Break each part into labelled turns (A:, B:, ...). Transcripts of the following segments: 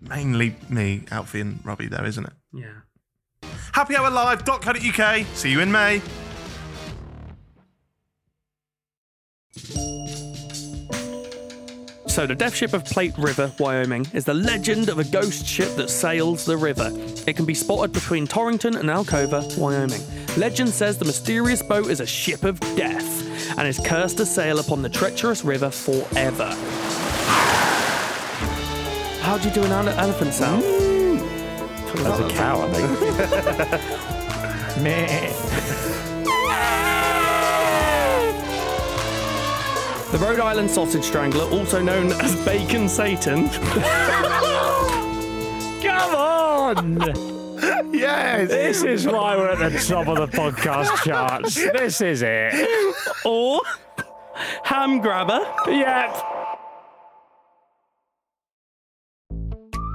A: Mainly me, Alfie, and Robbie, though, isn't it?
B: Yeah.
A: happyhourlive.co.uk. See you in May.
C: So, the death ship of Plate River, Wyoming, is the legend of a ghost ship that sails the river. It can be spotted between Torrington and Alcova, Wyoming. Legend says the mysterious boat is a ship of death and is cursed to sail upon the treacherous river forever. How do you do an ele- elephant sound?
D: As a cow, I think. Meh.
C: The Rhode Island Sausage Strangler, also known as Bacon Satan.
D: Come on!
A: Yes.
D: This is why we're at the top of the podcast charts. This is it.
C: or ham grabber.
D: Yep.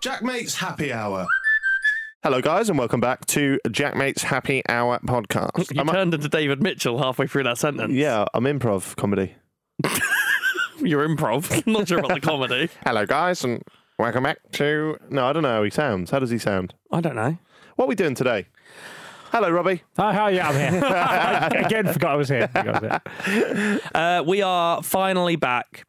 A: Jack Mate's Happy Hour. Hello, guys, and welcome back to Jack Mate's Happy Hour podcast.
C: You
A: Am I-
C: turned into David Mitchell halfway through that sentence.
E: Yeah, I'm improv comedy.
C: You're improv. Not sure about the comedy.
E: Hello, guys, and welcome back to. No, I don't know how he sounds. How does he sound?
C: I don't know.
E: What are we doing today? Hello, Robbie.
D: Hi, hi, yeah, I'm here. I again, forgot I was here. Forgot I was here.
C: Uh, we are finally back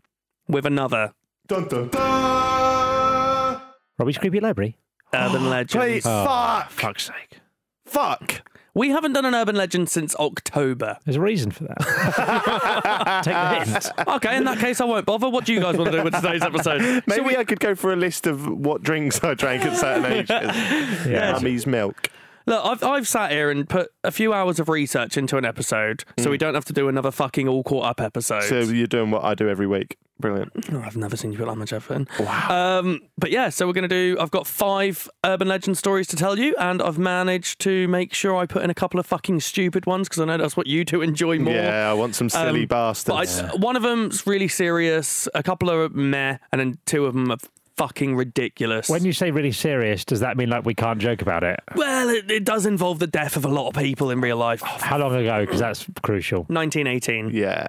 C: with another
A: Dun, dun, dun.
D: Robbie's Creepy Library.
C: urban legend.
E: Please, Oh,
A: Oh.
E: fuck,
D: Fuck's sake.
E: fuck.
C: We haven't done an urban legend since October.
D: There's a reason for that. Take the hint.
C: Okay, in that case, I won't bother. What do you guys want to do with today's episode?
E: Maybe I could go for a list of what drinks I drank at certain ages.
D: Yeah.
E: Mummy's milk.
C: Look, I've, I've sat here and put a few hours of research into an episode, so we don't have to do another fucking all caught up episode.
E: So you're doing what I do every week. Brilliant.
C: Oh, I've never seen you put that much effort in. Wow. Um, but yeah, so we're going to do. I've got five urban legend stories to tell you, and I've managed to make sure I put in a couple of fucking stupid ones because I know that's what you two enjoy more.
E: Yeah, I want some silly
C: Um,
E: bastards.
C: But I, one of them's really serious, a couple are meh, and then two of them are fucking ridiculous.
D: When you say really serious, does that mean like we can't joke about it?
C: well, it, it does involve the death of a lot of people in real life.
D: How long ago? Because that's crucial.
C: 1918.
E: yeah.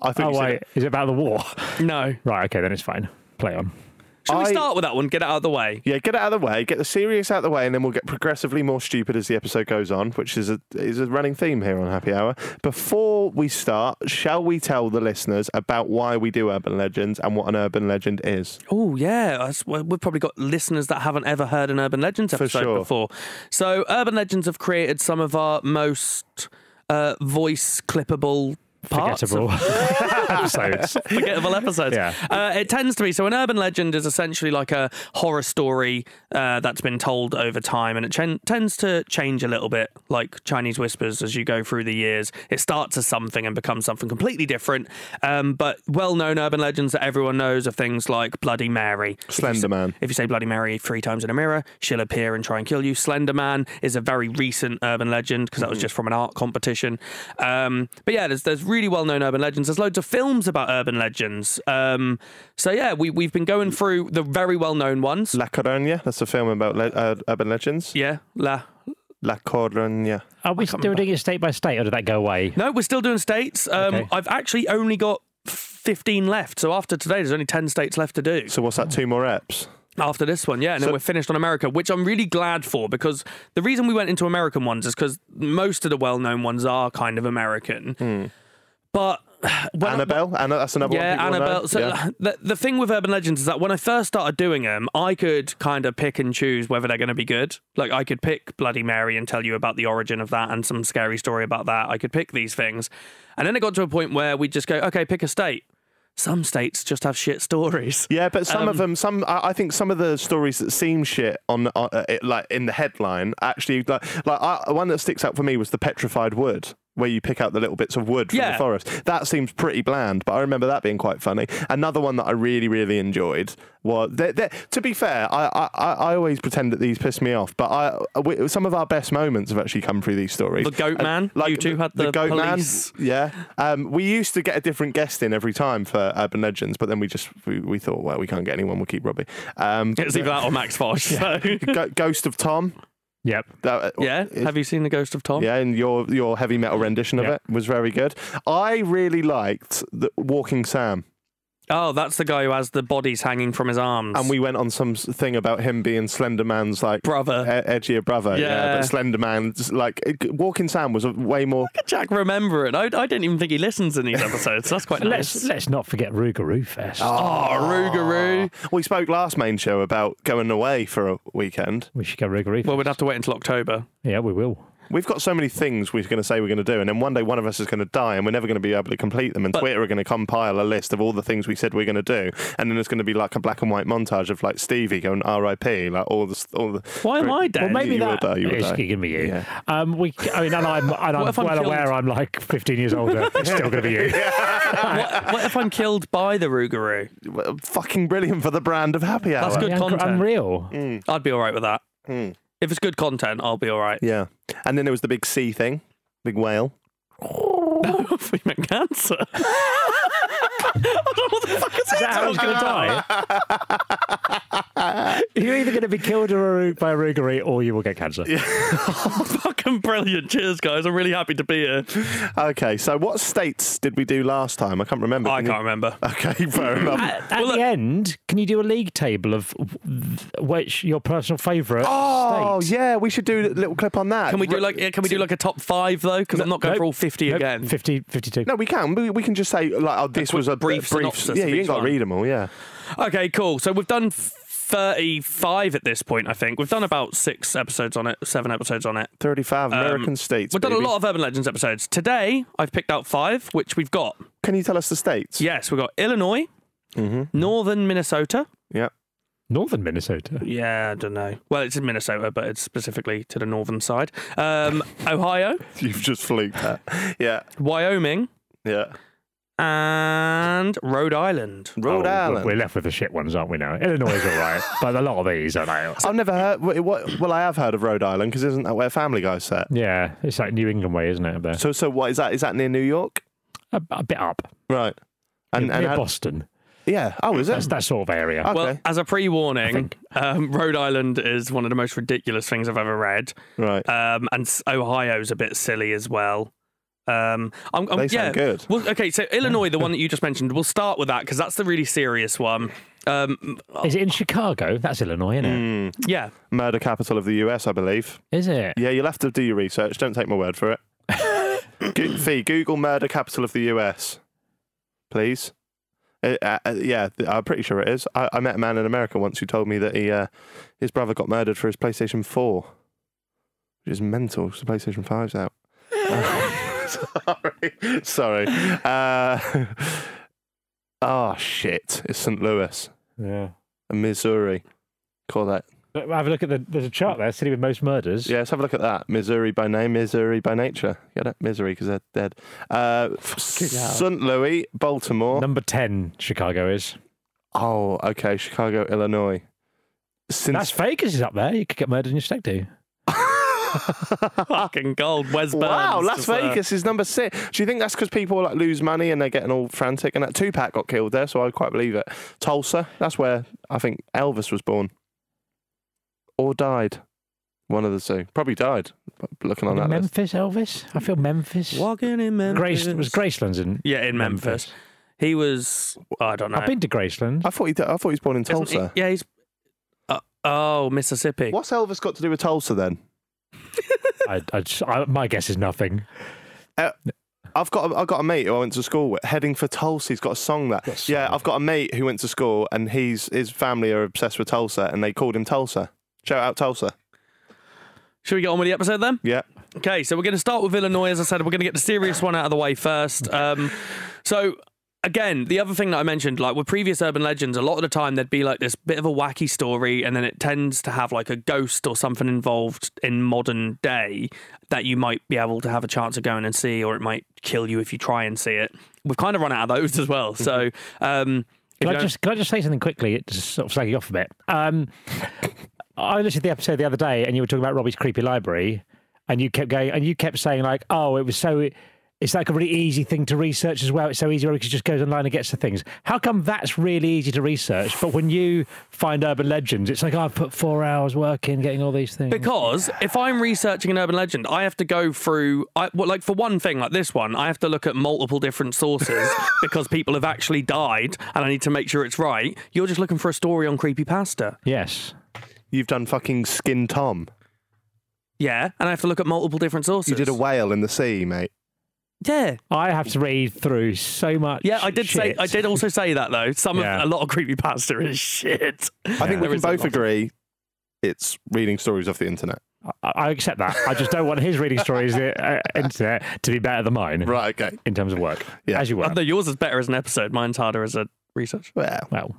E: I think
D: Oh,
E: you said
D: wait. Is it about the war?
C: No.
D: Right, okay, then it's fine. Play on.
C: Shall we
E: I-
C: start with that one? Get it out of the way.
E: Yeah, get it out of the way, get the serious out of the way, and then we'll get progressively more stupid as the episode goes on, which is a is a running theme here on Happy Hour. Before we start, shall we tell the listeners about why we do urban legends and what an urban legend is?
C: Oh yeah, That's- well, we've probably got listeners that haven't ever heard an Urban Legends episode
E: sure.
C: before. So Urban Legends have created some of our most uh, voice clippable. Parts of-
D: Forgettable episodes.
C: forgettable episodes.
D: Yeah.
C: Uh, it tends to be. So, an urban legend is essentially like a horror story uh, that's been told over time, and it chen- tends to change a little bit, like Chinese whispers as you go through the years. It starts as something and becomes something completely different. Um, but well known urban legends that everyone knows are things like Bloody Mary. If you
E: Slender
C: say-
E: Man.
C: If you say Bloody Mary three times in a mirror, she'll appear and try and kill you. Slender Man is a very recent urban legend because that was just from an art competition. Um, but yeah, there's, there's really well known urban legends. There's loads of films about urban legends. Um, so yeah, we, we've been going through the very well known ones.
E: La Coruña, that's a film about le- uh, urban legends.
C: yeah, La.
E: La Coruña.
D: Are we still doing it state by state, or did that go away?
C: No, we're still doing states. Um,
D: Okay.
C: I've actually only got 15 left. So after today, there's only 10 states left to do.
E: So what's that? Two more eps.
C: After this one, yeah, and then we're finished on America, which I'm really glad for because the reason we went into American ones is because most of the well known ones are kind of American. But when I-
E: Hmm. Annabelle, Anna, that's another
C: yeah,
E: one. people will know.
C: Annabelle. So
E: Yeah.
C: the, the thing with Urban Legends is that when I first started doing them, I could kind of pick and choose whether they're going to be good. Like I could pick Bloody Mary and tell you about the origin of that and some scary story about that. I could pick these things, and then it got to a point where we just go, okay, pick a state. Some states just have shit stories.
E: Yeah, but some
C: Um,
E: of them, some I I think some of the stories that seem shit on uh, it, like in the headline actually like like I, one that sticks out for me was the petrified wood. Where you pick out the little bits of wood from
C: Yeah.
E: the forest. That seems pretty bland, but I remember that being quite funny. Another one that I really, really enjoyed was. they they to be fair, I, I, I I always pretend that these piss me off, but I we, some of our best moments have actually come through these stories.
C: The Goat
E: And,
C: Man? You two had the police.
E: yeah. Um, we used to get a different guest in every time for Urban Legends, but then we just we, we thought, well, we can't get anyone. We'll keep Robbie. Um,
C: It's either that or Max Fosh. So.
E: Go- Ghost of Tom.
D: Yep.
E: That,
C: Yeah,
E: is-
C: have you seen the Ghost of Tom?
E: Oh, yeah, and your your heavy metal rendition of
D: Yeah.
E: it was very good. I really liked the Walking Sam,
C: Oh, that's the guy who has the bodies hanging from his arms.
E: and we went on some s- thing about him being Slender Man's like
C: brother
E: e- edgier brother.
C: Yeah.
E: but Slender Man's like Walking Sam was a way more.
C: Jack, remember it. I, I didn't even think he listens in these episodes. That's quite nice.
D: Let's let's not forget Rougarou Fest.
C: Oh, Rougarou.
E: We spoke last main show about going away for a weekend.
D: We should go Rougarou.
C: Well,
D: Well,
C: we'd have to wait until October.
D: yeah, we will.
E: We've got so many things we're going to say we're going to do, and then one day one of us is going to die, and we're never going to be able to complete them. And Twitter are going to compile a list of all the things we said we're going to do, and then there's going to be like a black and white montage of like Stevie going R.I.P. Like all the all the.
C: Why am I dead?
D: Well, maybe
E: you
D: that
E: will die, you will
D: it's
E: die.
D: gonna be you.
E: Yeah.
D: Um, we, I mean, and I'm, and I'm
C: What if I'm
D: well
C: killed?
D: aware I'm like 15 years older. It's still gonna be you.
C: what, what if I'm killed by the Rougarou?
E: Well, Fucking brilliant for the brand of happy hour.
C: That's good
D: Yeah,
C: content.
D: Unreal.
C: I'd be all right with that. If it's good content, I'll be all right.
E: Yeah, and then there was the big sea thing, big whale.
C: if we meant cancer. I don't know what the fuck is
D: Is that how I was going to die? You're either going to be killed or by a Rougarou or you will get cancer.
C: Fucking brilliant. Cheers, guys. I'm really happy to be here.
E: Okay, so what states did we do last time? I can't remember.
C: I
E: Can you-
C: can't remember.
E: Okay, fair enough.
D: At
C: Well,
D: the
C: look-
D: end, can you do a league table of which your personal favourite?
E: Oh
D: state?
E: yeah, we should do a little clip on that.
C: Can we do like yeah, can we do like a top five though? Because I'm not going for all fifty
D: Nope,
C: again.
D: 50, 52.
E: No, we can. We, we can just say like, oh, this
C: quick
E: was a
C: brief synopsis
E: Yeah,
C: of
E: you
C: each
E: ain't got to
C: one.
E: read them all. Yeah.
C: Okay, cool. So we've done 35 at this point, I think. We've done about six episodes on it, seven episodes on it.
E: 35 American
C: Um,
E: states.
C: We've done a
E: baby.
C: lot of Urban Legends episodes. Today, I've picked out five, which we've got.
E: Can you tell us the states?
C: Yes, we've got Illinois, Mm-hmm. Northern Minnesota.
E: Yeah.
D: Northern Minnesota.
C: Yeah, I don't know. Well, it's in Minnesota, but it's specifically to the northern side. Um, Ohio,
E: You've just fluked that. Yeah.
C: Wyoming,
E: Yeah.
C: and Rhode Island.
E: Rhode
D: Oh,
E: Island.
D: We're left with the shit ones, aren't we now? Illinois is all right, but a lot of these are like.
E: I've never heard. wait, What, well, I have heard of Rhode Island because isn't that where Family Guy's set?
D: Yeah, it's like New England way, isn't it? up There.
E: So, so what is that? Is that near New York?
D: a, a bit up.
E: Right. And,
D: near
E: and how-
D: Boston.
E: yeah. Oh, is
D: That's
E: it?
D: that sort of area.
E: Okay.
C: Well, as a pre-warning, um, Rhode Island is one of the most ridiculous things I've ever read.
E: right.
C: um, and s- Ohio's a bit silly as well. Um, I'm, I'm,
E: They
C: yeah.
E: sound good.
C: Well, okay, so Illinois, the one that you just mentioned, we'll start with that because that's the really serious one. Um,
E: Uh,
D: Is it in Chicago? That's Illinois, isn't
E: Mm.
D: it?
C: yeah,
E: Murder capital of the US, I believe.
D: Is it?
E: Yeah, you'll have to do your research. Don't take my word for it. Go- Fee, Google murder capital of the US, please. Uh, uh, uh, yeah, th- I'm pretty sure it is. I, I met a man in America once who told me that he uh, his brother got murdered for his PlayStation 4, which is mental 'cause the PlayStation 5's out. Uh, sorry. Sorry. Uh, oh, shit. It's St. Louis,
D: Yeah.
E: Missouri. Call that
D: But Have a look at the. There's a chart there. City with most murders.
E: Yeah, let's have a look at that. Missouri by name, Missouri by nature. Get it? Misery because they're dead. Uh, St. Louis, Baltimore.
D: Number ten, Chicago is.
E: oh, okay. Chicago, Illinois.
D: Las
E: Since
D: Vegas is up there. You could get murdered in your state, do you?
C: fucking gold. Wes Burns.
E: wow, Las
C: just, uh,
E: Vegas is number six. Do you think that's because people like lose money and they're getting all frantic? And that Tupac got killed there, so I quite believe it. Tulsa, that's where I think Elvis was born, or died. One of the two, probably died. Looking on that list.
D: Memphis, Elvis. I feel Memphis.
C: walking in Memphis.
D: Grace was Graceland's in.
C: Yeah, in Memphis. He was. I don't know.
D: I've been to Graceland.
E: I thought he, di- I thought he was born in
C: Isn't he-
E: Tulsa.
C: yeah, he's. Uh, oh, Mississippi.
E: What's Elvis got to do with Tulsa then?
D: I, I just, I, my guess is nothing.
E: I've got a, I've got a mate who I went to school with, heading for Tulsa. He's got a song there. yeah, I've got a mate who went to school, and he's his family are obsessed with Tulsa, and they called him Tulsa. Shout out Tulsa.
C: Should we get on with the episode then?
E: Yeah.
C: Okay, so we're going to start with Illinois. As I said, we're going to get the serious one out of the way first. Um, so, again, the other thing that I mentioned, like with previous urban legends, a lot of the time there'd be like this bit of a wacky story, and then it tends to have like a ghost or something involved in modern day that you might be able to have a chance of going and see, or it might kill you if you try and see it. We've kind of run out of those as well. So, um, if you
D: Can I
C: don't-
D: just can I just say something quickly? It's sort of slagging off a bit. Um, I listened to the episode the other day, and you were talking about Robbie's creepy library, and you kept going, and you kept saying like, "Oh, it was so." It's like a really easy thing to research as well. It's so easy where because just goes online and gets the things. How come that's really easy to research, but when you find urban legends, it's like oh, I've put four hours work in getting all these things.
C: Because if I'm researching an urban legend, I have to go through, I, well, like for one thing, like this one, I have to look at multiple different sources because people have actually died, and I need to make sure it's right. You're just looking for a story on creepypasta,
D: yes,
E: You've done fucking Skin Tom.
C: yeah, and I have to look at multiple different sources.
E: You did a whale in the sea, mate.
C: yeah,
D: I have to read through so much.
C: yeah. I did say,
D: shit.
C: I did also say that though. Some
D: Yeah.
C: of a lot of creepypasta is shit.
E: I think
C: There
E: we can
C: is a
E: both
C: lot of-
E: agree it's reading stories off the internet.
D: I, I accept that. I just don't want his reading stories uh, internet to be better than mine.
E: Right, okay.
D: in terms of work.
E: Yeah.
D: As you
C: Uh,
D: were.
C: No, yours is better as an episode. Mine's harder as a research.
E: Well,
D: well,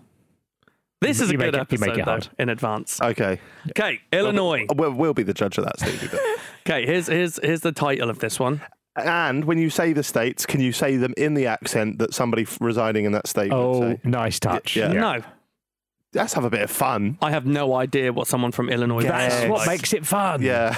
C: This is a
D: You make
C: good
D: it- you make
C: episode
D: it
C: though,
D: hard.
C: in advance.
E: okay.
C: Okay, Illinois.
E: We'll, we'll be the judge of that, Stevie. but-
C: Okay, here's here's here's the title of this one.
E: And when you say the states, can you say them in the accent that somebody f- residing in that state would
D: oh,
E: say?
D: nice touch.
E: Yeah.
C: No,
E: Let's have a bit of fun.
C: I have no idea what someone from Illinois.
D: That's
C: sounds like.
D: what makes it fun.
E: Yeah.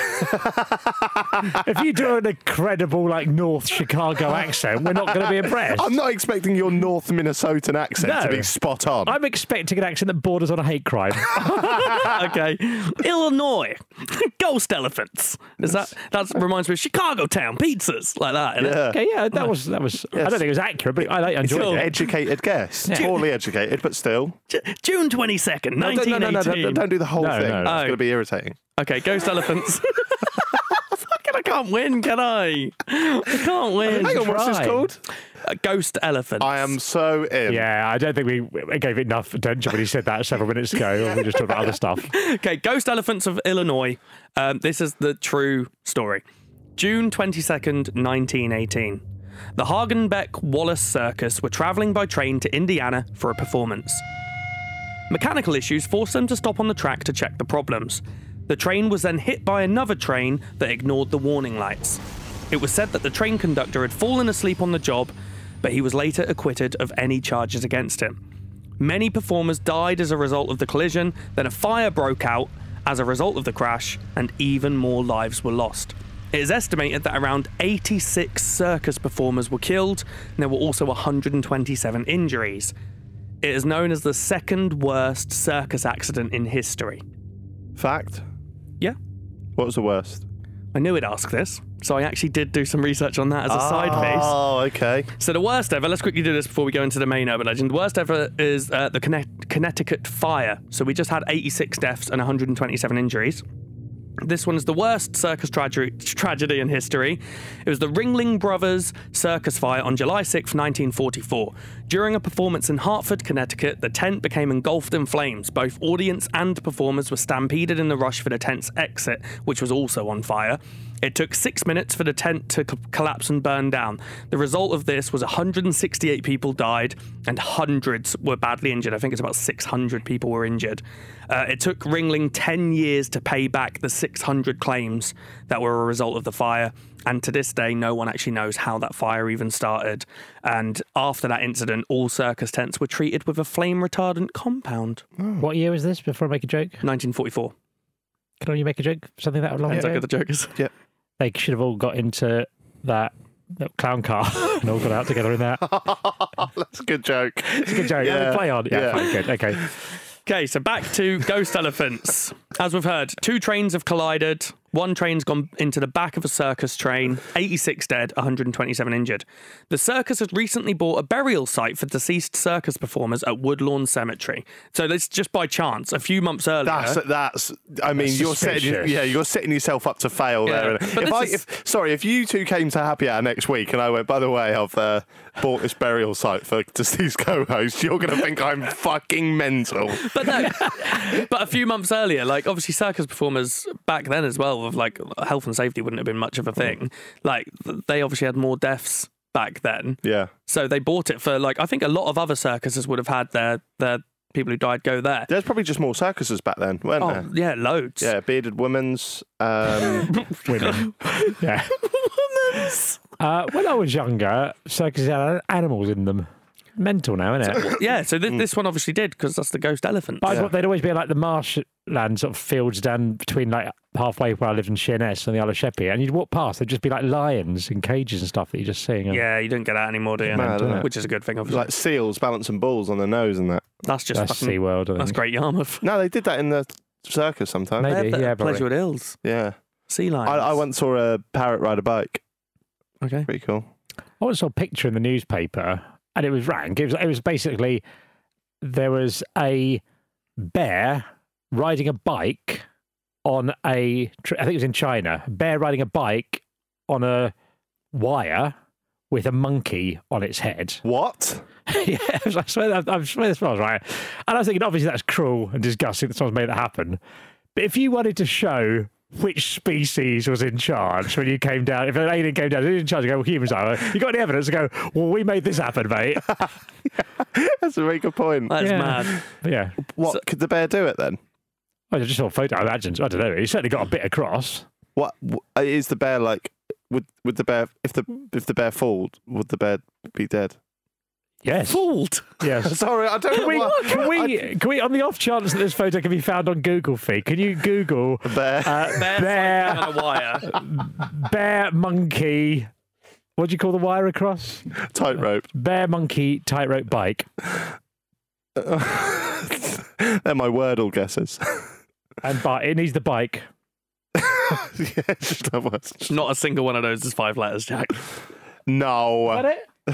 D: If you do an incredible like North Chicago accent, we're not going to be impressed.
E: I'm not expecting your North Minnesotan accent to
D: No.
E: be spot on.
D: I'm expecting an accent that borders on a hate crime.
C: okay. Illinois ghost elephants. Is that that reminds me of Chicago town pizzas like that? innit?
E: Yeah.
D: okay, yeah, that was that was. I don't think it was accurate, but I, I enjoyed
E: An
D: it.
E: educated guess. Poorly educated, but still.
C: J- June twenty second,
E: No, don't-
C: nineteen
E: no, no, no, don't-
C: eighteen.
E: don't do the whole
D: No,
E: thing.
D: no,
E: It's
D: no.
E: going to be irritating.
C: Okay, ghost elephants. Fucking, I can't win, can I? I can't win.
E: Hang on, what's this
D: try.
E: called?
C: Uh, ghost elephants.
E: I am so in.
D: Yeah, I don't think we we gave it enough attention when he said that several minutes ago. We just talked about other stuff.
C: Okay, Ghost Elephants of Illinois. Um, this is the true story. June 22nd, 1918. The Hagenbeck Wallace Circus were traveling by train to Indiana for a performance. Mechanical issues forced them to stop on the track to check the problems. The train was then hit by another train that ignored the warning lights. It was said that the train conductor had fallen asleep on the job, but he was later acquitted of any charges against him. Many performers died as a result of the collision, then a fire broke out as a result of the crash, and even more lives were lost. It is estimated that around 86 circus performers were killed, and there were also 127 injuries. It is known as the second worst circus accident in history.
E: Fact.
C: Yeah,
E: What was the worst?
C: I knew it asked this, so I actually did do some research on that as a side piece.
E: Oh, okay.
C: So the worst ever. Let's quickly do this before we go into the main urban legend. The worst ever is uh, the Conne- Connecticut fire. So we just had 86 deaths and 127 injuries. This one is the worst circus tragedy, tragedy in history. It was the Ringling Brothers circus fire on July 6, 1944. During a performance in Hartford, Connecticut, the tent became engulfed in flames. Both audience and performers were stampeded in the rush for the tent's exit, which was also on fire. It took six minutes for the tent to co- collapse and burn down. The result of this was 168 people died and hundreds were badly injured. I think it's about 600 people were injured. Uh, it took Ringling 10 years to pay back the 600 claims that were a result of the fire. And to this day, no one actually knows how that fire even started. And after that incident, all circus tents were treated with a flame retardant compound.
D: What year was this? Before I make a joke,
C: 1944.
D: can only make a joke? Something that long
C: That's how
D: ago.
C: good the joke is.
D: they should have all got into that, that clown car and all got out together in that. It's
E: That's a good joke.
D: a good joke.
E: Yeah.
D: Yeah. Play on. Yeah,
E: Yeah.
D: fine, good. Okay.
C: Okay, so back to ghost elephants. As we've heard, two trains have collided. One train's gone into the back of a circus train, 86 dead, 127 injured. The circus had recently bought a burial site for deceased circus performers at Woodlawn Cemetery. So this just by chance, a few months earlier.
E: That's that's. I mean,
D: That's
E: you're setting
D: suspicious.
E: yeah, you're setting yourself up to fail there.
C: Yeah. But
E: If
C: this
E: I,
C: is-
E: if, sorry, if you two came to Happy Hour next week and I went, by the way, I've uh, bought this burial site for deceased co-host, you're going to think I'm fucking mental.
C: but no, but a few months earlier, like obviously circus performers back then as well, of like health and safety wouldn't have been much of a thing. Like th- they obviously had more deaths back then,
E: Yeah,
C: so they bought it for like I think a lot of other circuses would have had their their people who died go there.
E: there's probably just more circuses back then, weren't
C: Oh
E: there?
C: yeah, loads.
E: Yeah, bearded women's. Um,
D: Women. yeah. Uh, when I was younger, circuses had animals in them. Mental now, isn't it?
C: Yeah, so
E: Mm.
C: thi- this one obviously did because that's the ghost elephant.
D: But I thought they'd always be like the marshland sort of fields down between like halfway where I lived in Sheerness and the Isle of Sheppey, and you'd walk past, they'd just be like lions in cages and stuff that you're just seeing.
C: yeah, you don't get that anymore, do you?
E: Mad, isn't it?
C: Which is a good thing, obviously.
E: like seals balancing balls on their nose and that.
C: that's just
D: that's
C: fucking,
D: SeaWorld. I
C: that's
D: think.
C: great Yarmouth.
E: No, they did that in the circus sometimes.
D: Maybe.
C: They're-
D: yeah, probably.
C: Pleasure at Hills,
E: Yeah,
C: sea lions.
E: I, I once saw a parrot ride a bike.
C: Okay.
E: Pretty cool.
D: I once saw a picture in the newspaper, and it was rank. It was it was basically there was a bear riding a bike on a. tr- I think it was in China. A bear riding a bike on a wire with a monkey on its head.
E: What?
D: yeah, I was- I swear, that, I swear this was right. And I was thinking, obviously, that's cruel and disgusting that someone's made that happen. But if you wanted to show which species was in charge when you came down, if an alien came down, who was in charge, you go, well, humans are. You got any evidence to go, well, we made this happen, mate.
E: That's a very good point.
C: That's
D: Yeah.
C: mad.
D: But yeah.
E: What
C: So-
E: could the bear do it then?
D: I just saw a photo, I imagine. I don't know. He certainly got a bit across.
E: What w- uh, is the bear like? Would would the bear if the if the bear fooled would the bear be dead?
D: Yes.
C: Fooled.
D: Yes.
E: Sorry, I don't know.
D: Can we,
E: why-
D: can, we,
E: I-
D: can we, on the off chance that this photo can be found on Google Feed, can you Google
E: bear.
D: uh,
C: Bear,
D: bear
C: on a wire.
D: bear monkey. What do you call the wire across?
E: tightrope.
D: Bear monkey tightrope bike.
E: They're my wordle guesses.
D: And but it needs the bike.
E: yeah, it's just not worth-
C: Not a single one of those is five letters, Jack.
E: No.
D: Got it? I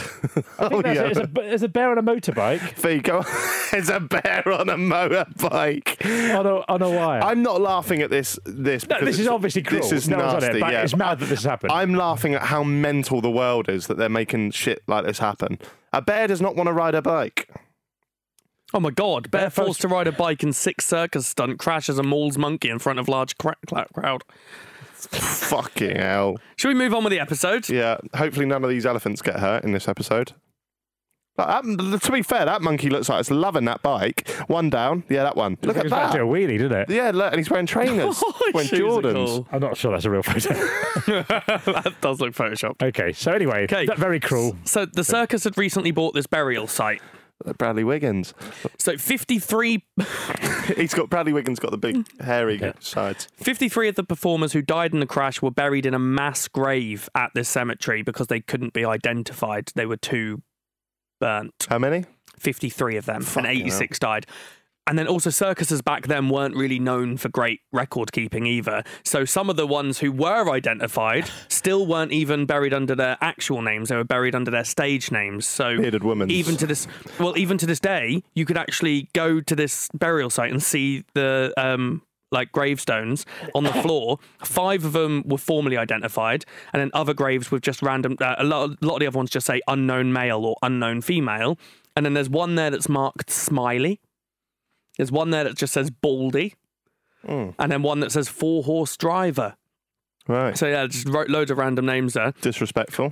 E: Oh,
D: think that's
E: yeah.
D: it. It's a, b- it's a bear on a motorbike
E: Fee, go- it's a bear on a motorbike.
D: on a, on a wire.
E: I'm not laughing at this. This.
D: no,
E: because
D: this is
E: it's-
D: obviously cruel.
E: This is
D: no one's
E: nasty.
D: on it, but
E: yeah.
D: it's mad that this has happened.
E: I'm laughing at how mental the world is that they're making shit like this happen. A bear does not want to ride a bike.
C: Oh my god, Bear,
D: Bear
C: forced
D: forced-
C: to ride a bike in sick circus stunt, crashes a mall's monkey in front of large cra- cla- crowd.
E: Fucking hell.
C: Should we move on with the episode?
E: Yeah, hopefully none of these elephants get hurt in this episode. But that, to be fair, that monkey looks like it's loving that bike. One down. Yeah, that one.
D: I
E: Look
D: think
E: at
D: it's about to do a
E: that.
D: wheelie, didn't it?
E: Yeah, look, and he's wearing trainers.
C: His
E: wearing
C: shoes are
E: Jordans.
C: Oh, cool.
D: I'm not sure that's a real photo.
C: that does look photoshopped.
D: okay, so anyway,
C: Okay.
D: that very cruel.
C: So the circus had recently bought this burial site.
E: Bradley Wiggins.
C: So 53,
E: He's got Bradley Wiggins got the big hairy sides.
C: 53 of the performers who died in the crash were buried in a mass grave at this cemetery because they couldn't be identified. They were too burnt.
E: How many?
C: 53 of them,
E: Fucking
C: and 86 died. And then also, circuses back then weren't really known for great record keeping either. So some of the ones who were identified still weren't even buried under their actual names; they were buried under their stage names. So
E: Bearded women.
C: even to this, well, even to this day, you could actually go to this burial site and see the um, like gravestones on the floor. Five of them were formally identified, and then other graves with just random. Uh, a lot, a lot of the other ones just say unknown male or unknown female, and then there's one there that's marked Smiley. There's one there that just says Baldy, and then one that says Four Horse Driver.
E: Right.
C: So yeah, just wrote loads of random names there.
E: Disrespectful.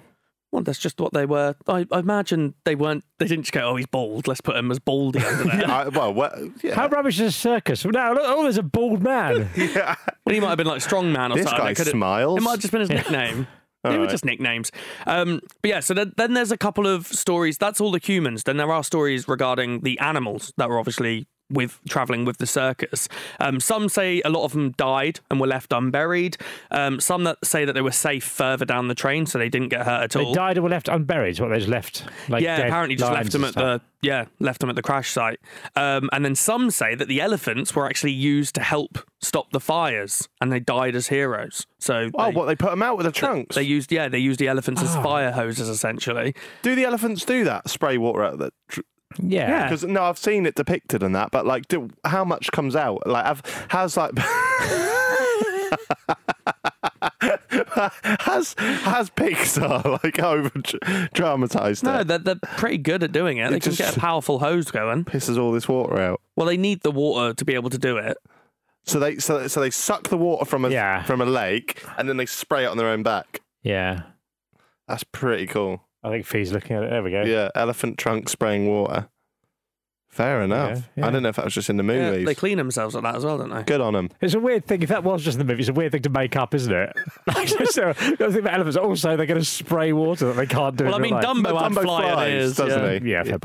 C: Well, that's just what they were. I, I imagine they weren't. They didn't just go, "Oh, he's bald. Let's put him as baldy under there."
E: I, well, well, yeah.
D: How rubbish is a circus? Now, look, oh, there's a bald man.
C: He might have been like strongman or
E: This
C: something.
E: guy
C: They could've-
E: smiles.
C: It might have just been his nickname. they were
E: right.
C: just nicknames. Um, but yeah, so then, then there's a couple of stories. That's all the humans. Then there are stories regarding the animals that were obviously with traveling with the circus. Um, some say a lot of them died and were left unburied. Um, some that say that they were safe further down the train, so they didn't get hurt at
D: They
C: all.
D: died and were left unburied. What they just left? Like
C: yeah,
D: dead
C: apparently just left
D: lions
C: them
D: and
C: at
D: stuff.
C: the yeah left them at the crash site. Um, and then some say that the elephants were actually used to help stop the fires, and they died as heroes. So
E: Oh,
C: they,
E: what they put them out with the trunks?
C: they used yeah they used the elephants as fire hoses essentially.
E: do the elephants do that? Spray water out of the tr-
D: Yeah.
C: Yeah.
E: Because no, I've seen it depicted in that, but like, do, how much comes out? Like, I've, how's like. has has Pixar like over dramatized
C: No,
E: it?
C: they're, they're pretty good at doing it. They can
E: just-
C: get a powerful hose going.
E: Pisses all this water out.
C: Well, they need the water to be able to do it.
E: So they so, so they suck the water from a
D: Yeah.
E: from a lake and then they spray it on their own back.
D: Yeah.
E: That's pretty cool.
D: I think Fee's looking at it. There we go.
E: Yeah, elephant trunk spraying water. Fair enough.
D: Yeah, yeah.
E: I don't know if that was just in the
C: Yeah,
E: movies.
C: they clean themselves like that as well, don't they?
E: Good on them.
D: It's a weird thing. If that was just in the movie, it's a weird thing to make up, isn't it? so, the other thing about elephants, also, they're going to spray water that they can't do.
C: Well, I
D: in real
C: mean,
D: life.
C: Dumbo, can
E: Dumbo
C: fly on
E: flies,
C: ears,
E: doesn't
C: yeah.
E: he?
D: Yeah, fair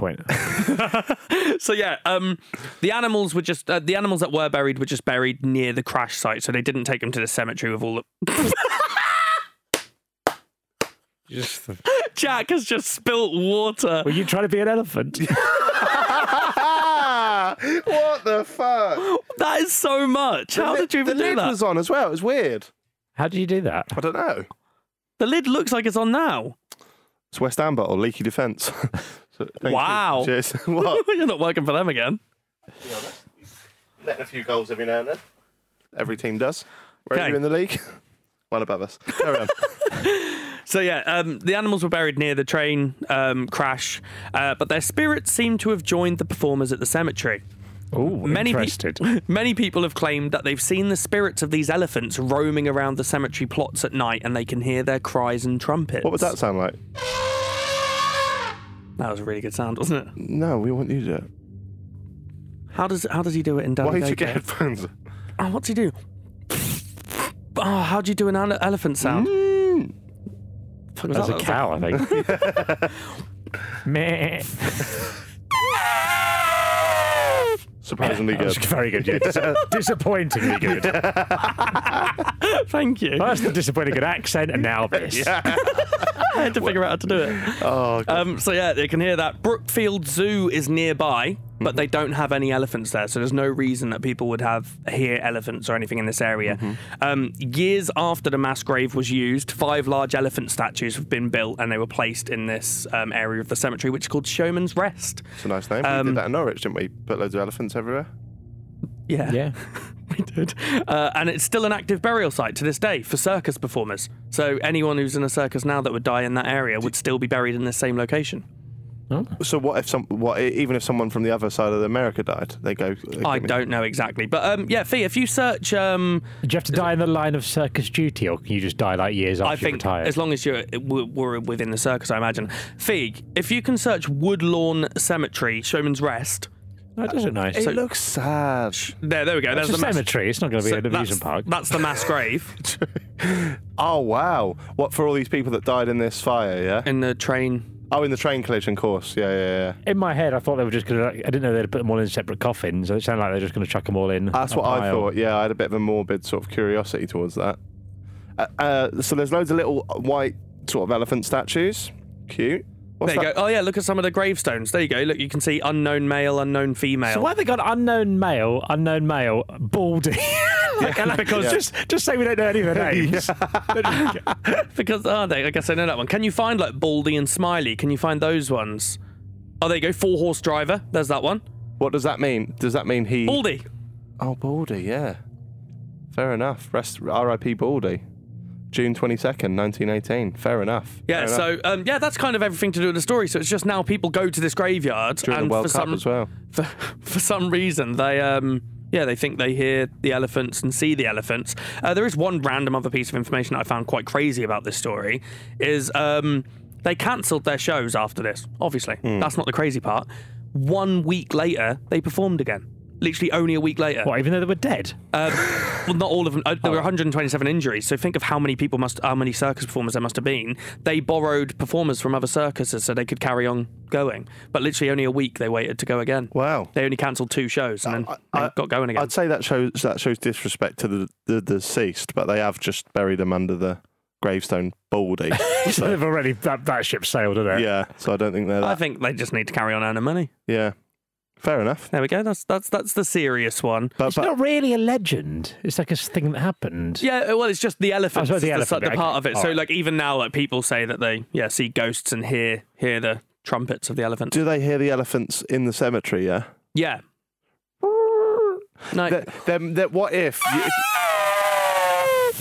D: point.
C: So yeah, um, the animals were just uh, the animals that were buried were just buried near the crash site, so they didn't take them to the cemetery with all the.
D: just the-
C: Jack has just spilt water.
D: Were you trying to be an elephant?
E: what the fuck?
C: That is so much. How
E: The
C: did you even
E: lid- the
C: do
E: lid
C: that?
E: was on as well. It was weird.
D: How do you do that?
E: I don't know.
C: The lid looks like it's on now.
E: It's West Ham bottle, leaky defence. So, thank you.
C: Wow.
E: Cheers. what?
C: You're not working for them again.
E: Letting a few goals every now and then. Every team does. Where
C: Okay.
E: are you in the league? One above us. Carry on.
C: So yeah, um, the animals were buried near the train um, crash, uh, but their spirits seem to have joined the performers at the cemetery.
D: Ooh,
C: Many pe-
D: interested.
C: Many people have claimed that they've seen the spirits of these elephants roaming around the cemetery plots at night and they can hear their cries and trumpets.
E: what would that sound like?
C: That was a really good sound, wasn't it?
E: No, we want you to do it.
C: How does how does he do it in Danny
E: Why did you
C: Daycare?
E: get headphones?
C: Oh, what's he do? Oh, how do you do an ele- elephant sound?
E: Mm.
C: Fuck, was
D: As a
C: that-
D: cow, I think. Meh.
E: Surprisingly
D: That was
E: good.
D: very good. Yeah. Dis- disappointingly good.
C: Thank you. I
D: First the disappointing good accent, and now this.
C: had to figure out how to do it.
E: Oh, God.
C: Um, so yeah, they can hear that. Brookfield Zoo is nearby, but they don't have any elephants there, so there's no reason that people would have hear elephants or anything in this area.
E: Mm-hmm.
C: Um, years after the mass grave was used, five large elephant statues have been built, and they were placed in this um, area of the cemetery, which is called Showman's Rest.
E: it's a nice name. we
C: um,
E: did that in Norwich, didn't we? Put loads of elephants everywhere.
C: Yeah,
D: Yeah.
C: we did. Uh, and it's still an active burial site to this day for circus performers. So anyone who's in a circus now that would die in that area would still be buried in the same location.
E: So what if some? What even if someone from the other side of America died? They go.
C: I don't know exactly, but um, yeah, Fee, if you search. Um,
D: Do you have to die in the line of circus duty, or can you just die like years after
C: I
D: you
C: think
D: retire?
C: as long as you're w- were within the circus, I imagine. Fig, if you can search Woodlawn Cemetery, Showman's Rest.
D: that doesn't know.
E: It looks sad.
C: There, there we go. There's
D: It's a
C: the mass-
D: cemetery. It's not going to be an
C: that's-
D: amusement park.
C: That's the mass grave
E: Oh wow! What for all these people that died in this fire? Yeah.
C: in the train.
E: oh, in the train collision course. Yeah, yeah, yeah.
D: In my head, I thought they were just going to. I didn't know they'd put them all in separate coffins. It sounded like they're just going to chuck them all in.
E: That's
D: a
E: what I
D: pile.
E: thought. Yeah, I had a bit of a morbid sort of curiosity towards that. Uh, uh, so there's loads of little white sort of elephant statues. Cute. What's
C: There you
E: that?
C: go. Oh yeah, look at some of the gravestones. There you go. Look, you can see unknown male, unknown female.
D: So why have they got unknown male, unknown male, baldy? Like, and because
E: Yeah.
D: just just say we don't know any of their names.
C: Because are they? I guess I know that one. Can you find like Baldy and Smiley? Can you find those ones? Oh, there you go. Four horse driver. There's that one.
E: What does that mean? Does that mean he?
C: Baldy.
E: Oh, Baldy. Yeah. Fair enough. Rest. R.I.P. Baldy. June twenty second, nineteen eighteen. Fair enough.
C: Yeah,
E: Fair enough.
C: so um, yeah, that's kind of everything to do with the story. So it's just now people go to this graveyard
E: during
C: and
E: the World
C: for
E: Cup
C: some
E: as well.
C: for, for some reason they um yeah they think they hear the elephants and see the elephants. Uh, there is one random other piece of information that I found quite crazy about this story is um they cancelled their
E: Hmm.
C: shows after this. Obviously, that's not the crazy part. One week later, they performed again. literally only a week later.
D: What, even though they were dead?
C: Um, well, not all of them. Uh, there were 127 injuries. So think of how many people must, how many circus performers there must have been. They borrowed performers from other circuses so they could carry on going. But literally only a week they waited to go again.
E: Wow.
C: They only cancelled two shows Mm, and then
E: I-
C: they
E: I-
C: got going again.
E: I'd say that shows that shows disrespect to the, the deceased, but they have just buried him under the gravestone baldy. so,
D: They've already, that, that ship sailed, didn't it?
E: yeah, so I don't think they're that.
C: I think they just need to carry on earning money.
E: yeah, fair enough.
C: There we go. That's that's that's the serious one.
E: But,
D: It's
E: but
D: not really a legend. It's like a thing that happened.
C: Yeah, uh, well, it's just the elephants.
D: the
C: is the,
D: elephant
C: su- the
D: bit, okay.
C: part of it.
D: All
C: so,
D: right.
C: like, even now, like people say that they yeah see ghosts and hear hear the trumpets of the elephants.
E: do they hear the elephants in the cemetery? Yeah.
C: yeah. No,
E: Th- Then, then what if? you-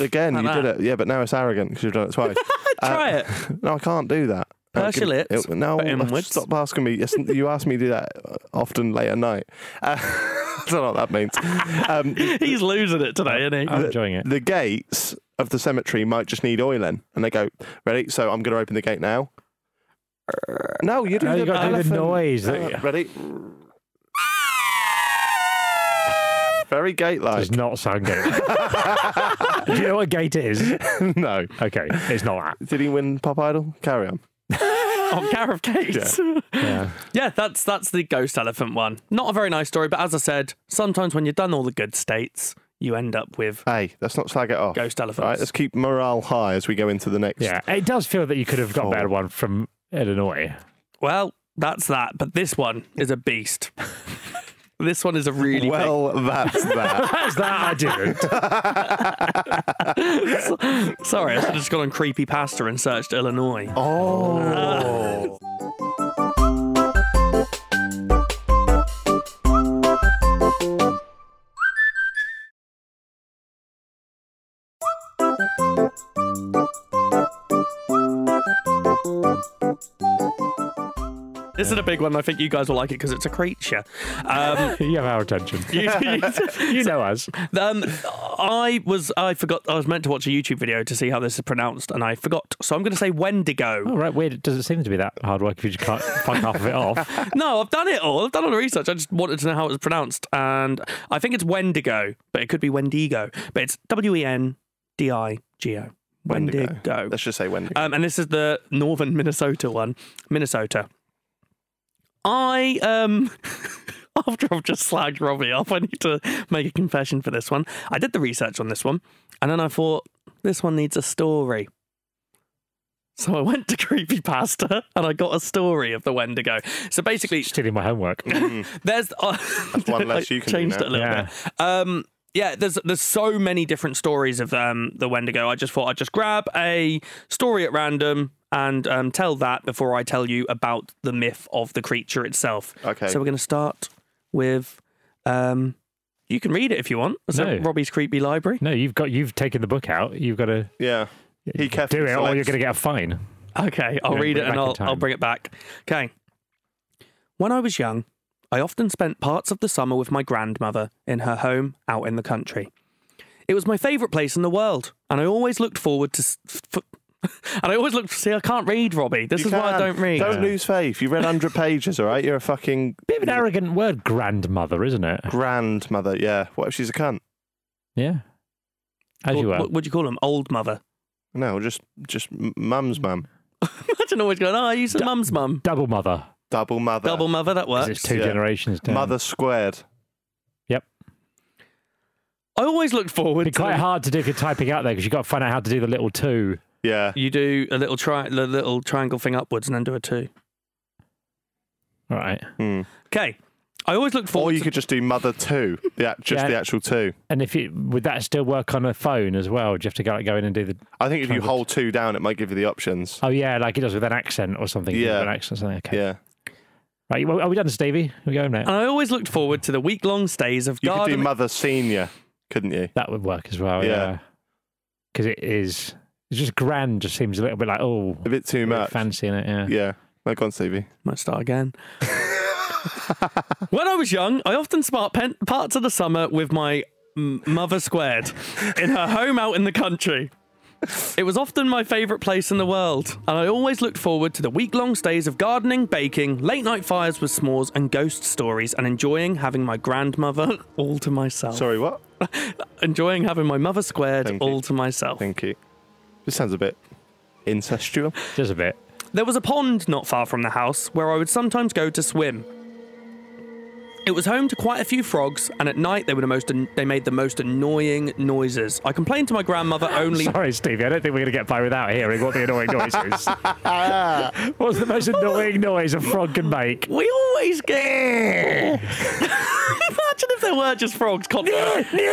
E: again,
C: Like
E: you did
C: that.
E: it. Yeah, but now it's arrogant because you've done it twice. Uh,
C: try it.
E: no, I can't do that. Uh,
C: Push your
E: give-
C: lips,
E: it- No,
C: put inwards.
E: stop asking me. Yes, You ask me to do that often late at night. Uh, I don't know what that means. Um,
C: He's losing it today, isn't he?
D: I'm enjoying it.
E: the gates of the cemetery might just need oiling. And they go, ready? So I'm going to open the gate now. No, you do
D: No,
E: the
D: you gotta do the
E: elephant.
D: noise that-
E: Uh, ready? Very gate like.
D: Does not sound gate. do you know what gate it is?
E: no.
D: Okay, it's not that.
E: Did he win Pop Idol? Carry on.
C: On Car of Cakes. Yeah. that's that's the ghost elephant one. Not a very nice story, but as I said, sometimes when you've done all the good states, you end up with
E: Hey, let's not slag it off.
C: ghost elephants.
E: All right, let's keep morale high as we go into the next.
D: Yeah, it does feel that you could have got a better one from Illinois.
C: Well, that's that. But this one is a beast. this one is a really big-
E: Well, that's that.
D: That's that I didn't.
C: Sorry, I should have just gone on Creepy Pasta and searched Illinois.
E: oh.
C: This is a big one. I think you guys will like it because it's a creature. Um,
D: You have our attention.
C: you-
D: You know us.
C: um, I was I forgot I was meant to watch a YouTube video to see how this is pronounced, and I forgot. So I'm going to say Wendigo.
D: All right, weird. It doesn't seem to be that hard work if you just can't fuck half of it off.
C: No, I've done it all. I've done all the research. I just wanted to know how it was pronounced, and I think it's Wendigo, but it could be Wendigo. But it's W E N D I G O. Wendigo.
E: Let's just say Wendigo.
C: Um, and this is the northern Minnesota one, Minnesota. I um. After I've just slagged Robbie off, I need to make a confession for this one. I did the research on this one, and then I thought this one needs a story. So I went to Creepypasta and I got a story of the Wendigo. So basically,
D: Stealing my homework.
C: there's uh,
E: one less you can do
C: changed
E: now.
C: it a little
D: Yeah.
C: bit. Um, yeah, there's there's so many different stories of um, the Wendigo. I just thought I'd just grab a story at random and um, tell that before I tell you about the myth of the creature itself.
E: Okay.
C: So we're going to start with. Um, you can read it if you want. Is that
D: No.
C: Robbie's creepy library?
D: No, you've got you've taken the book out. You've got to
E: yeah. He kept
D: do it, or you're going to get a fine.
C: Okay, I'll
D: Yeah,
C: read
D: bring
C: it
D: it back
C: and
D: in
C: I'll, I'll
D: time.
C: bring it back. Okay. When I was young, I often spent parts of the summer with my grandmother in her home out in the country. It was my favourite place in the world, and I always looked forward to. s- F- and I always looked. See, I can't read, Robbie. This is why I don't read.
E: Don't lose faith. You read 100 pages, all right? You're a fucking
D: Bit of an arrogant word, grandmother, isn't it?
E: grandmother. Yeah. What if she's a cunt?
D: Yeah. As
C: What-
D: you were.
C: What would you call them? Old mother.
E: No, just just m- mum's mum.
C: Imagine always going. Oh, I used to mum's mum.
D: Double mother.
E: Double mother.
C: Double mother. That
D: 'cause
C: works.
D: It's two
E: yeah.
D: generations down.
E: mother squared.
D: Yep.
C: I always looked forward.
D: It'd be
C: to
D: quite hard to do if you're typing out there because you've got to find out how to do the little two.
E: Yeah.
C: You do a little tri- the little triangle thing upwards, and then do a two.
D: All right.
E: Hmm.
C: Okay. I always looked forward.
E: Or you
C: to-
E: could just do mother two. Yeah, just
D: Yeah.
E: the actual two.
D: And if you would that still work on a phone as well? Do you have to go, go in and do the?
E: I think if you
D: Kind of.
E: hold two down, it might give you the options.
D: Oh yeah, like it does with an accent or something. if you
E: Yeah.
D: have An accent. or Something. Okay.
E: Yeah.
D: Right. Well, are we done, Stevie? Are we going now?
C: And I always looked forward to the week long stays of
E: You could
C: garden.
E: do mother senior, couldn't you?
D: That would work as well.
E: Yeah.
D: Yeah. Because it is. It's just grand. Just seems a little bit like oh,
E: A bit too much.
D: fancy in it. Yeah.
E: Yeah. No, go on, Stevie.
C: Might start again. when I was young, I often spent pen- parts of the summer with my m- mother squared in her home out in the country. It was often my favourite place in the world, and I always looked forward to the week long stays of gardening, baking, late night fires with s'mores, and ghost stories, and enjoying having my grandmother all to myself.
E: Sorry, what?
C: Enjoying having my mother squared
E: Thank you.
C: all to myself.
E: Thank you. This sounds a bit incestual.
D: Just a bit.
C: There was a pond not far from the house where I would sometimes go to swim. It was home to quite a few frogs, and at night they were the most they made the most annoying noises. I complained to my grandmother only
D: Sorry, Stevie. I don't think we're going to get by without hearing what the annoying noise is. What's the most annoying noise a frog can make?
C: We always get. Imagine if there were just frogs uh, constantly.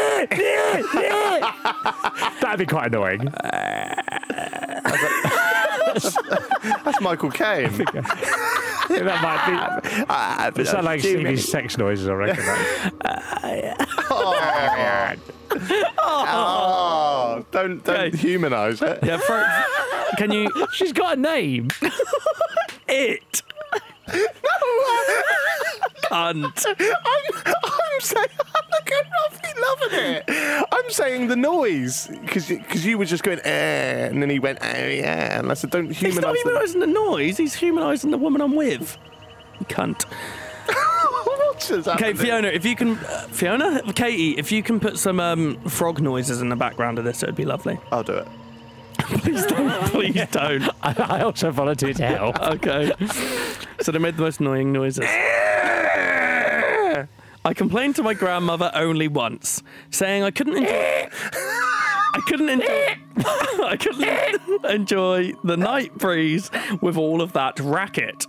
D: That'd be quite annoying.
E: That's Michael Caine.
D: That might
E: Ah,
D: be. Sound like
E: Jimmy.
D: Stevie's sex noises, I reckon. that.
E: Oh, Oh, don't don't
C: Okay.
E: humanise it.
C: yeah, frogs. Can you?
D: She's got a name.
C: It. Cunt.
E: I'm, I'm saying I'm lovely loving it. I'm saying the noise because because you were just going eh, and then he went eh, yeah, and I said don't
C: He's not
E: humanise. it.
C: humanising the noise. He's humanising the woman I'm with. You Cunt.
E: What's
C: Okay,
E: happening?
C: Fiona, if you can, uh, Fiona, Katie, if you can put some um, frog noises in the background of this, it would be lovely.
E: I'll do it.
C: Please don't. Please don't.
D: I, I also volunteered to help.
C: Okay. so they made the most annoying noises. I complained to my grandmother only once, saying I couldn't enjoy. I couldn't enjoy. I couldn't enjoy the night breeze with all of that racket.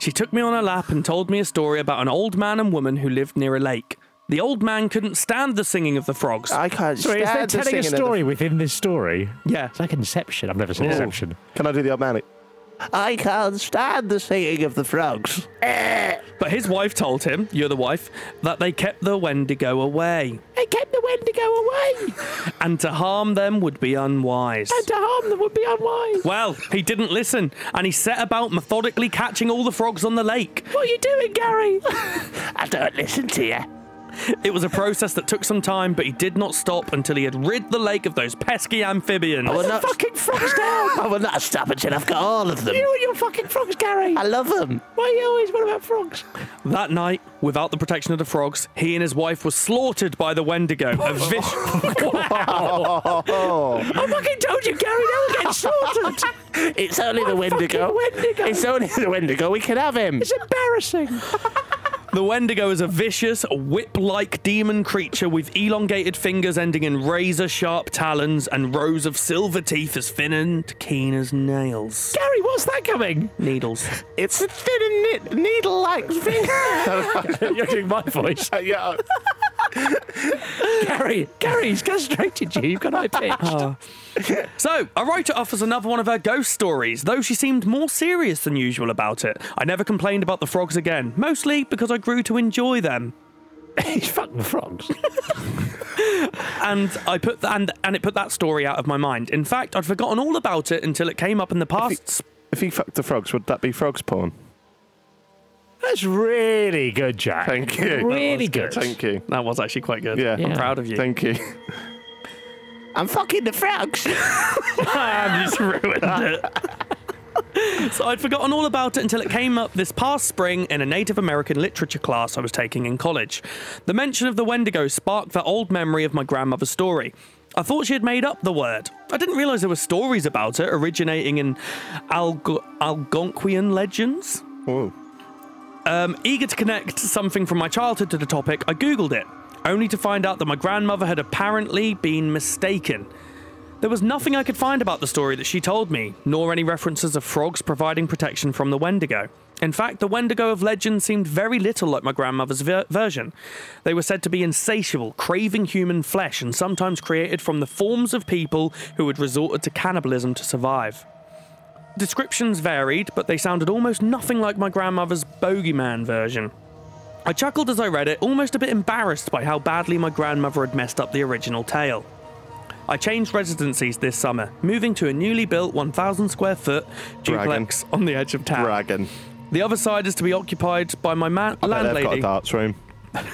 C: She took me on her lap and told me a story about an old man and woman who lived near a lake. The old man couldn't stand the singing of the frogs.
E: I can't.
D: Sorry, is there
E: stand the
D: telling a
E: singing of the-
D: story within this story?
C: yeah.
D: It's like Inception. I've never seen
E: Ooh.
D: Inception.
E: Can I do the old man? I can't stand the singing of the frogs.
C: But his wife told him, you're the wife, that they kept the Wendigo away.
D: They kept the Wendigo away,
C: and to harm them would be unwise.
D: and to harm them would be unwise.
C: Well, he didn't listen, and he set about methodically catching all the frogs on the lake.
D: What are you doing, Gary?
E: I don't listen to you.
C: It was a process that took some time, but he did not stop until he had rid the lake of those pesky amphibians.
E: will not.
D: fucking frogs down.
E: I will not stop until I've got all of them.
D: You and your fucking frogs, Gary.
E: I love them.
D: Why are you always what about frogs?
C: That night, without the protection of the frogs, he and his wife were slaughtered by the Wendigo. A vis-
D: I fucking told you, Gary. They were getting slaughtered.
E: It's only the
D: Wendigo. Wendigo.
E: It's only the Wendigo. We can have him.
D: It's embarrassing.
C: the Wendigo is a vicious, whip-like demon creature with elongated fingers ending in razor-sharp talons and rows of silver teeth as thin and keen as nails.
D: Gary, what's that coming?
C: Needles.
E: It's a thin and needle-like finger.
D: You're doing my voice.
E: yeah.
D: Gary, Gary, he's castrated you. You've got high pitched.
E: Oh.
C: So, I wrote it off as another one of her ghost stories, though she seemed more serious than usual about it. I never complained about the frogs again, mostly because I grew to enjoy them.
D: he's fucking frogs.
C: And I put th- and and it put that story out of my mind. In fact, I'd forgotten all about it until it came up in the past.
E: If he fucked the frogs, would that be frogs porn?
D: That's really good, Jack.
E: Thank you.
D: Really good.
E: Thank you.
C: That was actually quite good.
E: Yeah.
C: I'm
D: Yeah.
C: proud of you.
E: Thank you. I'm fucking the frogs.
C: I just ruined it. so I'd forgotten all about it until it came up this past spring in a Native American literature class I was taking in college. The mention of the Wendigo sparked that old memory of my grandmother's story. I thought she had made up the word. I didn't realise there were stories about it originating in Algo- Algonquian legends.
E: Whoa.
C: Um, eager to connect something from my childhood to the topic, I googled it, only to find out that my grandmother had apparently been mistaken. There was nothing I could find about the story that she told me, nor any references of frogs providing protection from the Wendigo. In fact, the Wendigo of legend seemed very little like my grandmother's ver- version. They were said to be insatiable, craving human flesh, and sometimes created from the forms of people who had resorted to cannibalism to survive. Descriptions varied, but they sounded almost nothing like my grandmother's bogeyman version. I chuckled as I read it, almost a bit embarrassed by how badly my grandmother had messed up the original tale. I changed residencies this summer, moving to a newly built 1,000 square foot duplex on the edge of town.
E: Dragon.
C: The other side is to be occupied by my man-
E: They've got a
C: landlady.
E: darts room.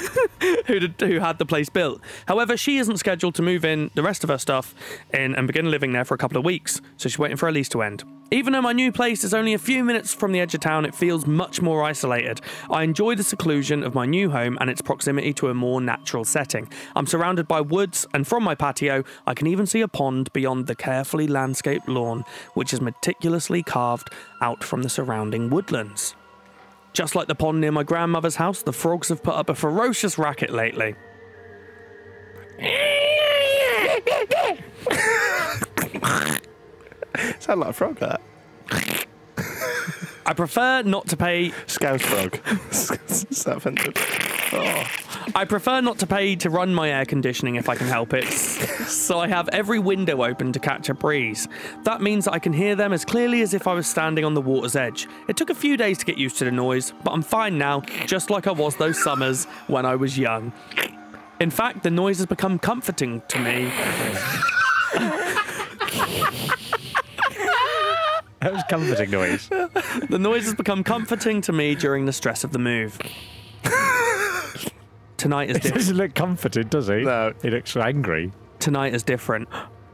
C: who, did, who had the place built. However, she isn't scheduled to move in the rest of her stuff in and begin living there for a couple of weeks, so she's waiting for her lease to end. Even though my new place is only a few minutes from the edge of town, it feels much more isolated. I enjoy the seclusion of my new home and its proximity to a more natural setting. I'm surrounded by woods, and from my patio, I can even see a pond beyond the carefully landscaped lawn, which is meticulously carved out from the surrounding woodlands. Just like the pond near my grandmother's house, the frogs have put up a ferocious racket lately.
E: Sound like a frog, that.
C: I prefer not to pay.
E: Scouse frog. Is that offensive? Oh.
C: I prefer not to pay to run my air conditioning if I can help it. So I have every window open to catch a breeze. That means that I can hear them as clearly as if I was standing on the water's edge. It took a few days to get used to the noise, but I'm fine now, just like I was those summers when I was young. In fact, the noise has become comforting to me
D: That was comforting noise.
C: The noise has become comforting to me during the stress of the move. Tonight is
D: He
C: different.
D: doesn't look comforted, does he?
E: No.
D: He looks angry.
C: Tonight is different.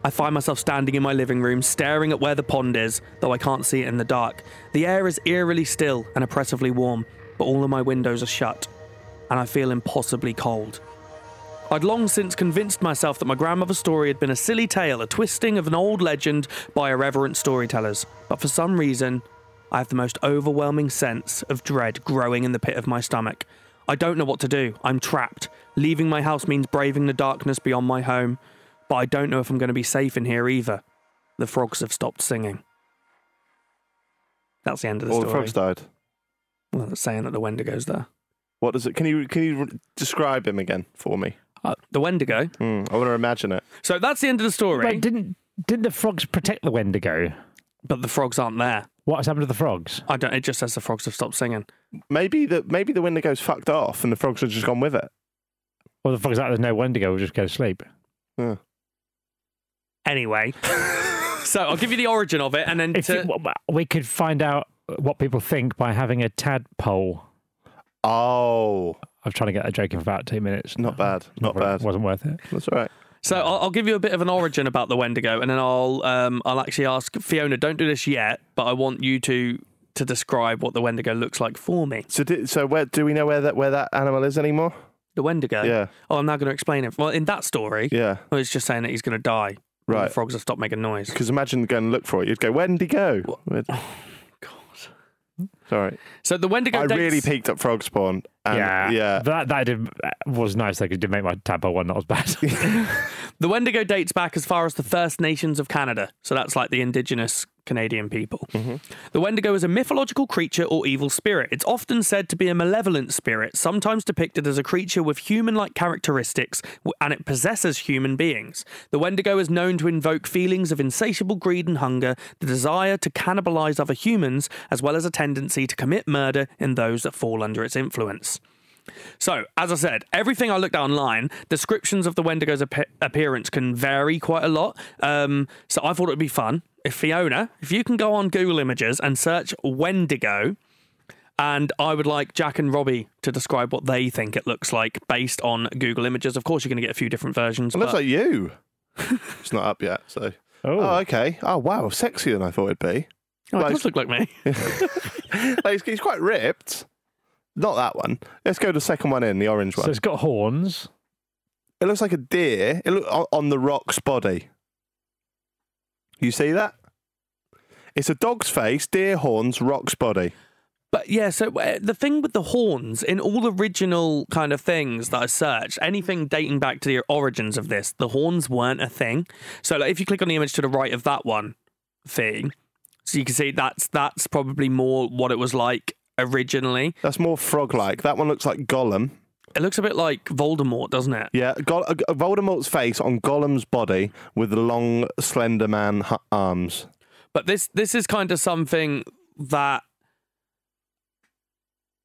C: I find myself standing in my living room, staring at where the pond is, though I can't see it in the dark. The air is eerily still and oppressively warm, but all of my windows are shut, and I feel impossibly cold. I'd long since convinced myself that my grandmother's story had been a silly tale, a twisting of an old legend by irreverent storytellers, but for some reason, I have the most overwhelming sense of dread growing in the pit of my stomach. I don't know what to do. I'm trapped. Leaving my house means braving the darkness beyond my home, but I don't know if I'm going to be safe in here either. The frogs have stopped singing. That's the end of the
E: All the
C: story.
E: frogs died.
C: well, that's saying that the Wendigo's there.
E: What does it? Can you can you re- describe him again for me?
C: Uh, the Wendigo.
E: Hmm, I want to imagine it.
C: So that's the end of the story.
D: But didn't didn't the frogs protect the Wendigo?
C: but the frogs aren't there.
D: What has happened to the frogs?
C: I don't. It just says the frogs have stopped singing.
E: Maybe the maybe the Wendigo's fucked off and the frogs have just gone with it.
D: Well, the frogs out there's no Wendigo. We'll just go to sleep.
E: Yeah.
C: Anyway, so I'll give you the origin of it, and then
D: If
C: to,
D: you- well, we could find out what people think by having a tadpole.
E: Oh,
D: I'm trying to get that joke in for about two minutes.
E: not bad, not
D: Wasn't-
E: bad.
D: Wasn't worth it.
E: That's all right.
C: so I'll, I'll give you a bit of an origin about the Wendigo, and then I'll um, I'll actually ask Fiona. Don't do this yet, but I want you to to describe what the Wendigo looks like for me.
E: So di- so where do we know where that where that animal is anymore?
C: The Wendigo.
E: Yeah.
C: Oh, I'm now going to explain it. Well, in that story,
E: Yeah,
C: well, it's just saying that he's going to die.
E: Right.
C: The frogs have stopped making noise.
E: because imagine going and look for it. You'd go, where did he go? Where'd- Sorry,
C: So the Wendigo.
E: I
C: dates-
E: really peaked at frog spawn. And
D: yeah,
E: yeah,
D: That that did, that was nice. though, 'cause it did make my tadpole one not as bad.
C: The Wendigo dates back as far as the First Nations of Canada, so that's like the indigenous Canadian people. The Wendigo is a mythological creature or evil spirit. It's often said to be a malevolent spirit, sometimes depicted as a creature with human like characteristics, w- and it possesses human beings. The Wendigo is known to invoke feelings of insatiable greed and hunger, the desire to cannibalize other humans, as well as a tendency to commit murder in those that fall under its influence. So, as I said, everything I looked at online, descriptions of the Wendigo's ap- appearance can vary quite a lot. Um, so I thought it would be fun if Fiona, if you can go on Google Images and search Wendigo, and I would like Jack and Robbie to describe what they think it looks like based on Google Images. Of course, you're going to get a few different versions.
E: It looks
C: but-
E: like you. it's not up yet, so.
D: Oh.
E: oh, okay. Oh, wow, sexier than I thought it'd be.
C: Oh, it
E: like-
C: does look like me.
E: Like, he's, he's quite ripped. Not that one. Let's go to the second one in, the orange
D: so
E: one.
D: it's got horns.
E: it looks like a deer. It look on, on the rock's body. You see that? It's a dog's face, deer horns, rock's body.
C: But yeah, so uh, the thing with the horns in all original kind of things that I searched, anything dating back to the origins of this, the horns weren't a thing. So like, if you click on the image to the right of that one thing, so you can see that's that's probably more what it was like originally.
E: That's more frog-like. That one looks like Gollum.
C: It looks a bit like Voldemort, doesn't it?
E: Yeah, Go- uh, Voldemort's face on Gollum's body with the long, slender man hu- arms.
C: But this this is kind of something that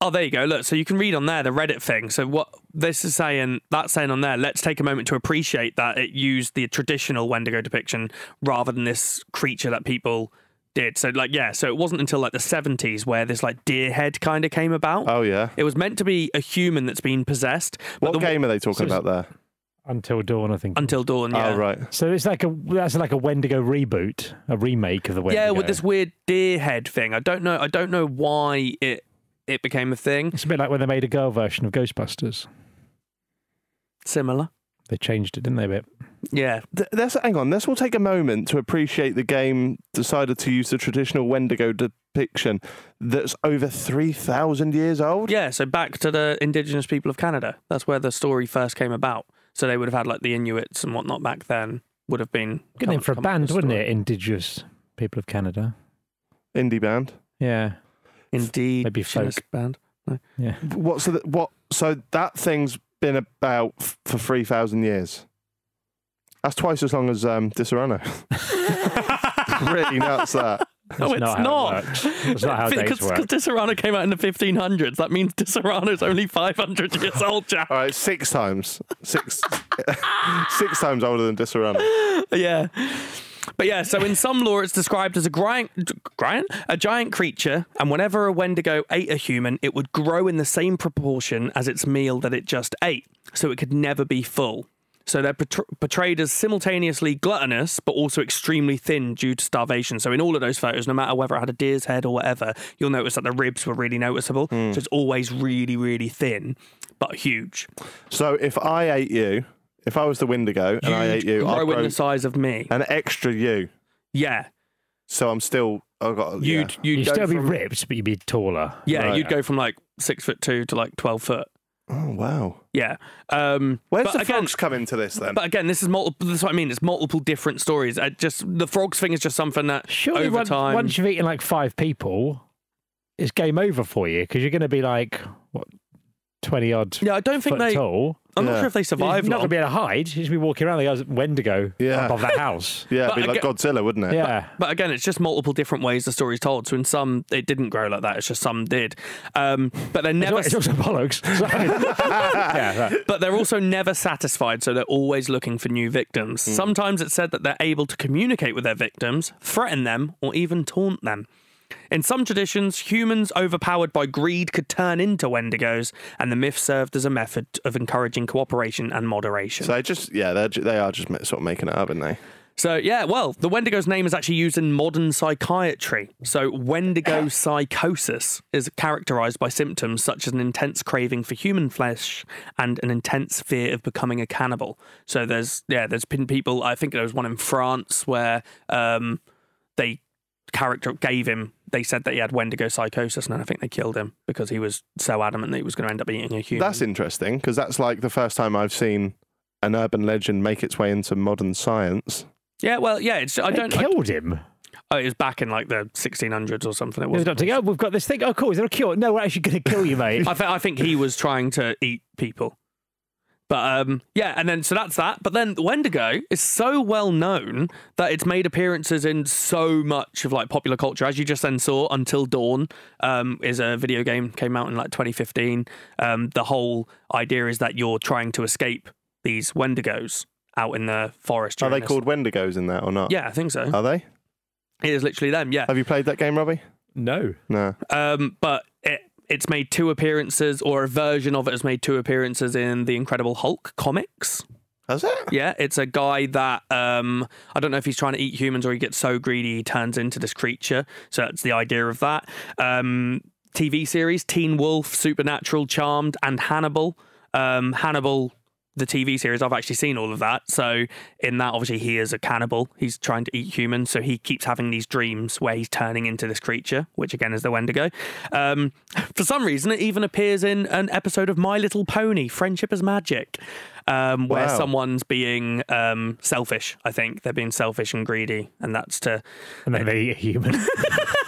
C: Oh, there you go. Look, so you can read on there the Reddit thing. So what this is saying, that's saying on there, let's take a moment to appreciate that it used the traditional Wendigo depiction rather than this creature that people did. So like yeah, so it wasn't until like the 70s where this like deer head kind of came about.
E: Oh yeah.
C: It was meant to be a human that's been possessed. But
E: What
C: the,
E: game are they talking
D: So-
E: about there?
D: Until Dawn, I think.
C: Until Dawn, yeah.
E: Oh right.
D: so it's like a that's like a Wendigo reboot, a remake of the Wendigo.
C: Yeah, with this weird deer head thing. I don't know I don't know why it it became a thing.
D: It's a bit like when they made a girl version of Ghostbusters.
C: Similar.
D: They changed it, didn't they? A bit.
C: Yeah.
E: Th- Let's hang on. Let's all take a moment to appreciate the game decided to use the traditional Wendigo depiction that's over three thousand years old.
C: Yeah, so back to the indigenous people of Canada. That's where the story first came about. So they would have had like the Inuits and whatnot back then would have been
D: Good name for a band, wouldn't it? Indigenous people of Canada.
E: Indie band.
D: Yeah.
C: Indeed.
D: Maybe folk.
C: band. No.
D: Yeah.
E: What? So that, what? So that thing's been about f- for three thousand years. That's twice as long as um, Disorano. Pretty nuts. That.
C: No,
D: That's
C: it's
D: not how it
C: not.
D: works. That's not how dates work.
C: Because Disorano came out in the 1500s. That means Disorano's only 500 years old, Jack.
E: All right, six times. Six. six times older than Disorano.
C: yeah. But yeah, so in some lore, it's described as a giant, giant, a giant creature, and whenever a Wendigo ate a human, it would grow in the same proportion as its meal that it just ate, so it could never be full. So they're portr- portrayed as simultaneously gluttonous, but also extremely thin due to starvation. So in all of those photos, no matter whether it had a deer's head or whatever, you'll notice that the ribs were really noticeable. So it's always really, really thin, but huge.
E: So if I ate you, if I was the Wendigo and I ate
C: Huge,
E: you, I'd
C: growing
E: grow
C: the size of me.
E: an extra you.
C: Yeah,
E: So I'm still. I've got. yeah.
C: you'd you'd,
D: You'd
C: go
D: still be
C: from-
D: ripped, but you'd be taller.
C: Yeah,
E: Right.
C: you'd go from like six foot two to like twelve foot.
E: Oh wow.
C: Yeah. Um,
E: Where's
C: but
E: the
C: again,
E: frogs come into this then?
C: But again, this is multiple. This is what I mean. It's multiple different stories. I just the frogs thing is just something that
D: Surely
C: over
D: once,
C: time.
D: once you've eaten like five people, it's game over for you because you're going to be like, what, 20 odd
C: yeah, I don't think
D: foot
C: they.
D: tall.
C: I'm not
E: Yeah.
C: sure if they survive
D: You're
C: long.
D: not going to be able to hide. You'll just be walking around the guys at Wendigo
E: Yeah.
D: above that house.
E: yeah,
C: but
E: it'd be like
C: aga-
E: Godzilla, wouldn't it?
D: yeah.
C: But again, it's just multiple different ways the story's told. So in some, it didn't grow like that. It's just some did. Um, but they're
D: It's
C: never.
D: al- It's also bollocks. So- yeah, that-
C: but they're also never satisfied, so they're always looking for new victims. Sometimes it's said that they're able to communicate with their victims, threaten them, or even taunt them. In some traditions, humans overpowered by greed could turn into Wendigos, and the myth served as a method of encouraging cooperation and moderation.
E: So
C: So,
E: they just yeah, they're ju- they are just ma- sort of making it up, aren't they?
C: yeah, well, the Wendigo's name is actually used in modern psychiatry. So, Wendigo psychosis is characterized by symptoms such as an intense craving for human flesh and an intense fear of becoming a cannibal. So, there's yeah, there's been people. I think there was one in France where um, they character gave him. They said that he had Wendigo psychosis, and I think they killed him because he was so adamant that he was going to end up eating a human.
E: That's interesting because that's like the first time I've seen an urban legend make its way into modern science.
C: Yeah, well, yeah. It's I
D: They
C: don't. I,
D: killed him.
C: oh, it was back in like the 1600s or something. It
D: The
C: was.
D: doctor, oh, we've got this thing. Oh, cool. Is there a cure? No, we're actually going to kill you, mate.
C: I, th- I think he was trying to eat people. But um, yeah, and then so that's that. But then the Wendigo is so well known that it's made appearances in so much of like popular culture, as you just then saw. Until Dawn um, is a video game came out in like 2015. Um, the whole idea is that you're trying to escape these Wendigos out in the forest.
E: Are
C: during
E: they
C: this-
E: called Oh. Wendigos in that or not?
C: Yeah, I think so.
E: Are they?
C: it is literally them. Yeah.
E: Have you played that game, Robbie?
D: no.
E: No.
C: Um, but it, it's made two appearances, or a version of it has made two appearances in the Incredible Hulk comics.
E: Has it?
C: Yeah, it's a guy that um, I don't know if he's trying to eat humans or he gets so greedy he turns into this creature. So that's the idea of that. Um, TV series Teen Wolf, Supernatural, Charmed, and Hannibal. Um, Hannibal, the TV series, I've actually seen all of that. So in that, obviously, he is a cannibal. He's trying to eat humans. So he keeps having these dreams where he's turning into this creature, which again is the Wendigo. Um, for some reason, it even appears in an episode of My Little Pony, Friendship is Magic. Um, where
E: Wow.
C: someone one's being um, selfish. I think they're being selfish and greedy, and that's to
D: And then they eat a human.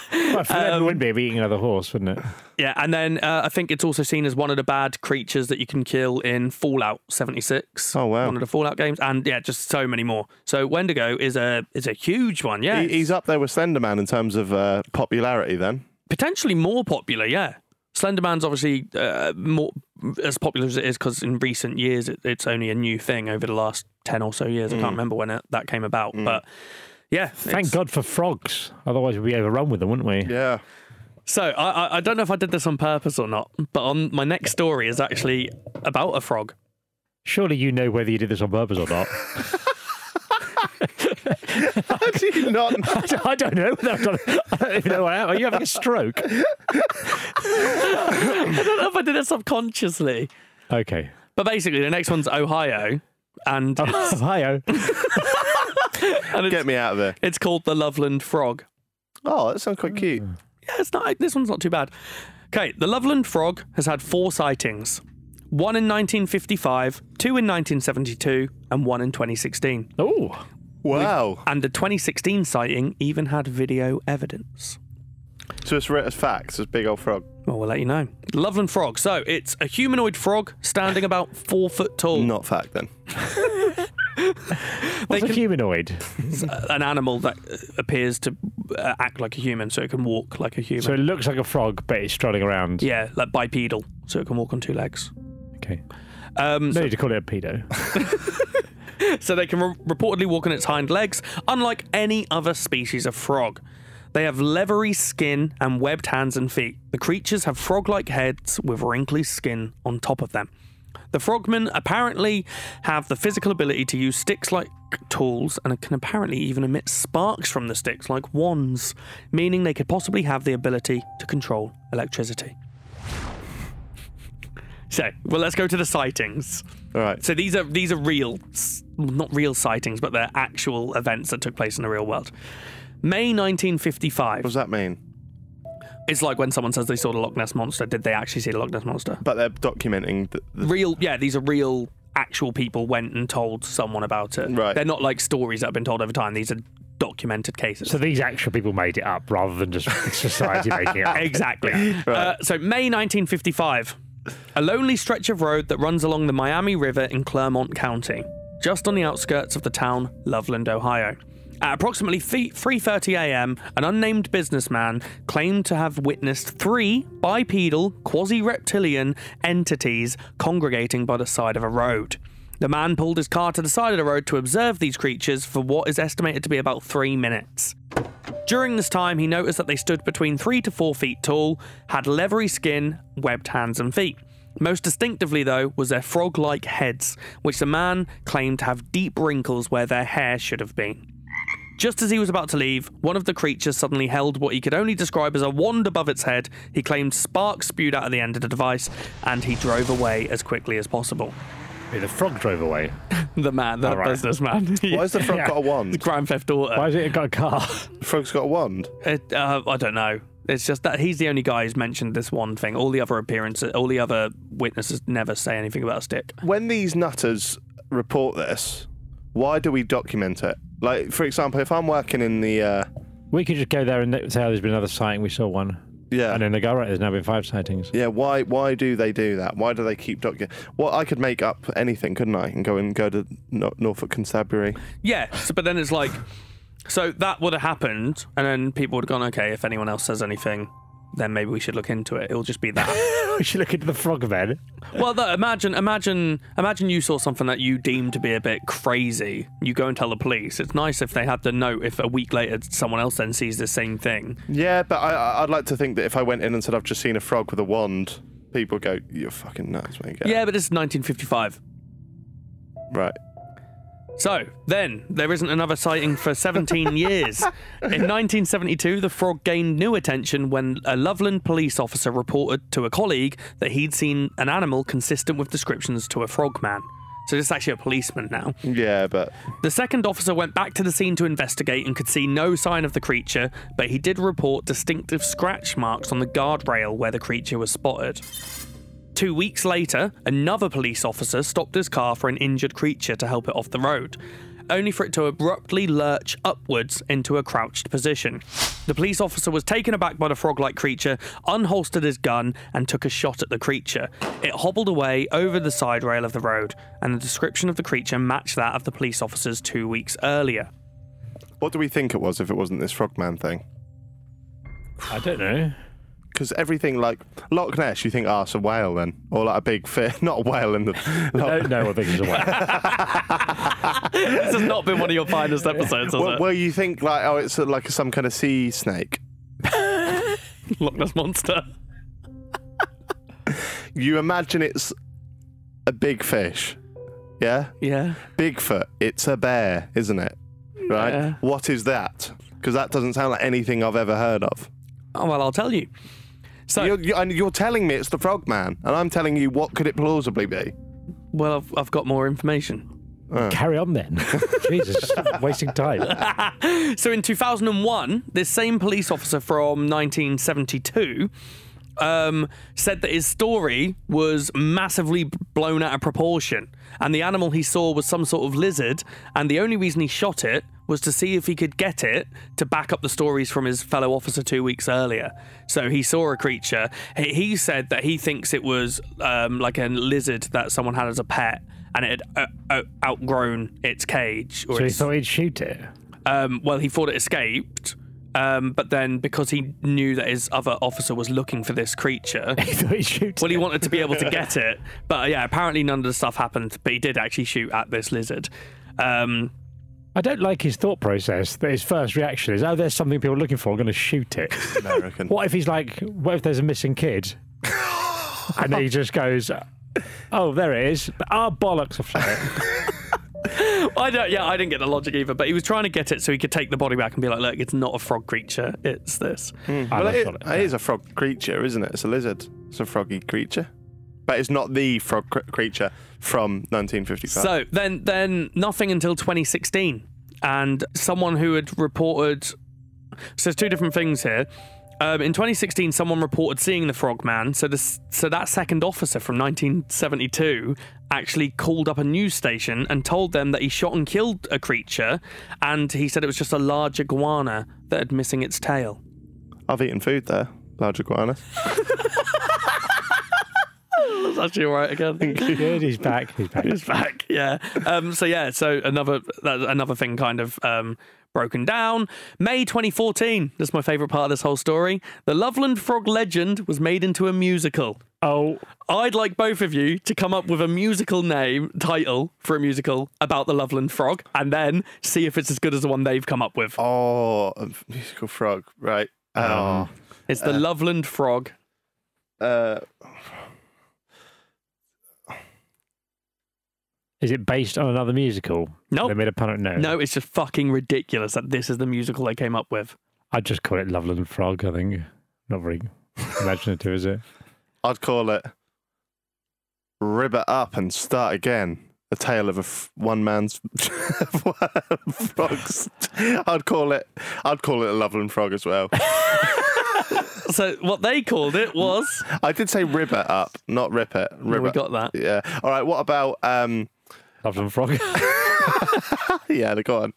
D: well, for them, it wouldn't be, it'd be eating another horse, wouldn't it?
C: yeah. And then uh, I think it's also seen as one of the bad creatures that you can kill in Fallout seventy six.
E: Oh, wow.
C: one of the Fallout games, and yeah, just so many more. So Wendigo is a is a huge one. Yeah,
E: He, he's up there with Slenderman in terms of uh, popularity. Then
C: potentially more popular. Yeah. Slender Man's obviously uh, more as popular as it is because in recent
E: Mm.
C: years it, it's only a new thing over the last ten or so years. I can't remember when it, that came about, but yeah.
D: Thank
C: it's-
D: God for frogs. Otherwise, we'd be overrun with them, wouldn't we?
E: Yeah.
C: So I, I I don't know if I did this on purpose or not, but on my next story is actually about a frog.
D: Surely you know whether you did this on purpose or not.
E: How do you not know?
D: I don't know. whether I've done it. I don't even know what I am. Are you having a stroke?
C: I don't know if I did it subconsciously,
D: Okay.
C: but basically the next one's Ohio, and
D: Oh.
C: it's,
D: Ohio.
C: and
E: Get
C: it's,
E: me out of there.
C: it's called the Loveland Frog.
E: Oh, that sounds quite cute.
C: Yeah, it's not. This one's not too bad. Okay, the Loveland Frog has had four sightings: one in 1955, two in 1972, and one in 2016.
D: Oh,
E: Wow.
C: And the 2016 sighting even had video evidence.
E: So it's written as facts, as big old frog.
C: Well, we'll let you know. Loveland frog. So it's a humanoid frog standing about four foot tall.
E: Not fact then.
C: They
D: what's a
C: can-
D: humanoid?
C: It's a- an animal that uh, appears to uh, act like a human, so it can walk like a human.
D: So it looks like a frog, but it's strolling around.
C: yeah, like bipedal, so it can walk on two legs.
D: Okay.
C: Um,
D: No need to call it a pedo.
C: so they can re- reportedly walk on its hind legs, unlike any other species of frog. They have leathery skin and webbed hands and feet. The creatures have frog like heads with wrinkly skin on top of them. The frogmen apparently have the physical ability to use sticks like tools and can apparently even emit sparks from the sticks like wands, meaning they could possibly have the ability to control electricity. So, well, let's go to the sightings.
E: All right.
C: So these are these are real, s- not real sightings, but they're actual events that took place in the real world. May 1955.
E: What does that mean?
C: it's like when someone says they saw the Loch Ness monster. Did they actually see the Loch Ness monster?
E: But they're documenting. The, the,
C: Real, yeah. These are real, actual people went and told someone about it.
E: Right.
C: They're not like stories that have been told over time. These are documented cases.
D: so these actual people made it up rather than just society making it up.
C: exactly. uh, so May 1955, a lonely stretch of road that runs along the Miami River in Clermont County, just on the outskirts of the town Loveland, Ohio. At approximately 3:30 a.m., an unnamed businessman claimed to have witnessed three bipedal quasi-reptilian entities congregating by the side of a road. The man pulled his car to the side of the road to observe these creatures for what is estimated to be about 3 minutes. During this time, he noticed that they stood between three to four feet tall, had leathery skin, webbed hands and feet. Most distinctively, though, was their frog like heads, which the man claimed to have deep wrinkles where their hair should have been. Just as he was about to leave, one of the creatures suddenly held what he could only describe as a wand above its head. He claimed sparks spewed out of the end of the device, and he drove away as quickly as possible.
D: The frog drove away.
C: The man, the
D: All right.
C: businessman.
E: why has the frog got a wand?
C: Grand Theft Auto.
D: Why has it got a car?
E: The frog's got a wand.
C: It, uh, I don't know. It's just that he's the only guy who's mentioned this one thing. All the other appearances, all the other witnesses never say anything about a stick.
E: When these nutters report this, why do we document it? Like, for example, if I'm working in the. Uh,
D: We could just go there and say, oh, there's been another sighting. We saw one.
E: yeah.
D: And then they go, right, there's now been five sightings.
E: Yeah, why why do they do that? Why do they keep docu? Well, I could make up anything, couldn't I? And go and go to Nor- Norfolk Constabulary.
C: Yeah, so, but then it's like, so that would have happened, and then people would have gone, okay, if anyone else says anything, then maybe we should look into it. It'll just be that.
D: we should look into the frog man.
C: well, though, imagine, imagine, imagine you saw something that you deemed to be a bit crazy. You go and tell the police. It's nice if they had the note. If a week later someone else then sees the same thing,
E: Yeah, but I- I, I'd like to think that if I went in and said I've just seen a frog with a wand, people go, "You're fucking nuts, mate." Get
C: yeah,
E: out."
C: but it's 1955.
E: right.
C: So then, there isn't another sighting for 17 years. In 1972, the frog gained new attention when a Loveland police officer reported to a colleague that he'd seen an animal consistent with descriptions to a frogman. So this is actually a policeman now.
E: Yeah, but
C: The second officer went back to the scene to investigate and could see no sign of the creature, but he did report distinctive scratch marks on the guardrail where the creature was spotted. Two weeks later, another police officer stopped his car for an injured creature to help it off the road, only for it to abruptly lurch upwards into a crouched position. The police officer was taken aback by the frog like creature, unholstered his gun, and took a shot at the creature. It hobbled away over the side rail of the road, and the description of the creature matched that of the police officers two weeks earlier.
E: what do we think it was if it wasn't this frogman thing?
D: I don't know.
E: because everything like Loch Ness, you think, ah, it's a whale then, or like a big fish, not a whale in the.
D: No,
E: Loch-
D: no, I think it's a whale.
C: this has not been one of your finest episodes, has
E: Well,
C: it?
E: well, you think like oh, it's uh, like some kind of sea snake.
C: Loch Ness monster.
E: You imagine it's a big fish, yeah,
C: Yeah.
E: Bigfoot. It's a bear, isn't it? Right.
C: Yeah.
E: What is that? Because that doesn't sound like anything I've ever heard of.
C: Oh, well, I'll tell you. So,
E: You're, you and you're telling me it's the Frogman, and I'm telling you what could it plausibly be?
C: well, I've, I've got more information.
D: Carry on then. Jesus, wasting time.
C: So in 2001, this same police officer from 1972 um, said that his story was massively blown out of proportion, and the animal he saw was some sort of lizard, and the only reason he shot it was to see if he could get it to back up the stories from his fellow officer two weeks earlier. So he saw a creature. He- He said that he thinks it was um, like a lizard that someone had as a pet, and it had uh, uh, outgrown its cage. Or
D: So he
C: its-
D: thought he'd shoot it.
C: um, well, he thought it escaped, um, but then because he knew that his other officer was looking for this creature,
D: He thought he'd shoot
C: well,
D: it.
C: he wanted to be able to get it. But uh, yeah, apparently none of the stuff happened, but he did actually shoot at this lizard. Um,
D: I don't like his thought process. That his first reaction is, "Oh, there's something people are looking for. I'm going to shoot it."
E: I reckon.
D: What if he's like, what if there's a missing kid? and he just goes, oh, there it is. Ah, bollocks. I've shot it.
C: I don't, yeah, I didn't get the logic either, but he was trying to get it so he could take the body back and be like, look, it's not a frog creature, it's this.
E: Well,
D: And I
E: it,
D: shot it.
E: it is a frog creature, isn't it? It's a lizard. It's a froggy creature. But it's not the frog cr- creature from 1955.
C: So then, then nothing until 2016, and someone who had reported. So there's two different things here. Um, in 2016, someone reported seeing the Frogman. So this, so that second officer from 1972 actually called up a news station and told them that he shot and killed a creature, and he said it was just a large iguana that had missing its tail.
E: I've eaten food there, large iguana.
C: That's actually all right again.
D: Good, he's back. He's back.
C: It's back. Yeah. Um, so yeah. So another that, another thing kind of um, broken down. May 2014. That's my favourite part of this whole story. The Loveland Frog legend was made into a musical.
D: Oh,
C: I'd like both of you to come up with a musical name title for a musical about the Loveland Frog, and then see if it's as good as the one they've come up with.
E: Oh, a musical frog. Right. Um,
C: It's the Loveland Frog.
E: uh,
D: is it based on another musical?
C: No.
D: They made a pun at no.
C: No, it's just fucking ridiculous that this is the musical they came up with.
D: I'd just call it Loveland Frog, I think. Not very imaginative, is it?
E: I'd call it Rib It Up and Start Again. The tale of a f- one man's frogs. I'd call it. I'd call it a Loveland frog as well.
C: So what they called it was.
E: I did say rib it up, not rip it. Rib
C: we
E: it.
C: got that.
E: Yeah. All right. What about um?
D: Loveland Frog.
E: Yeah, they go on.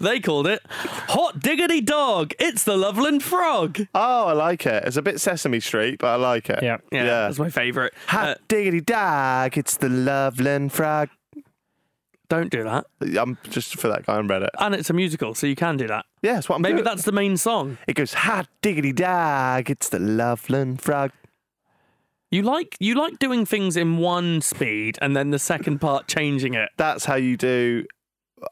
C: They called it Hot Diggity Dog. It's the Loveland Frog.
E: Oh, I like it. It's a bit Sesame Street, but I like it.
D: Yeah.
C: Yeah,
E: Yeah.
C: that's my favourite.
E: Ha
C: Uh,
E: diggity dag, it's the Loveland frog.
C: don't do that.
E: I'm just for that guy on Reddit.
C: And it's a musical, so you can do that.
E: Yeah, that's what I'm
C: Maybe
E: doing.
C: that's the main song.
E: It goes ha diggity dag, it's the Loveland frog.
C: You like you like doing things in one speed and then the second part changing it.
E: That's how you do.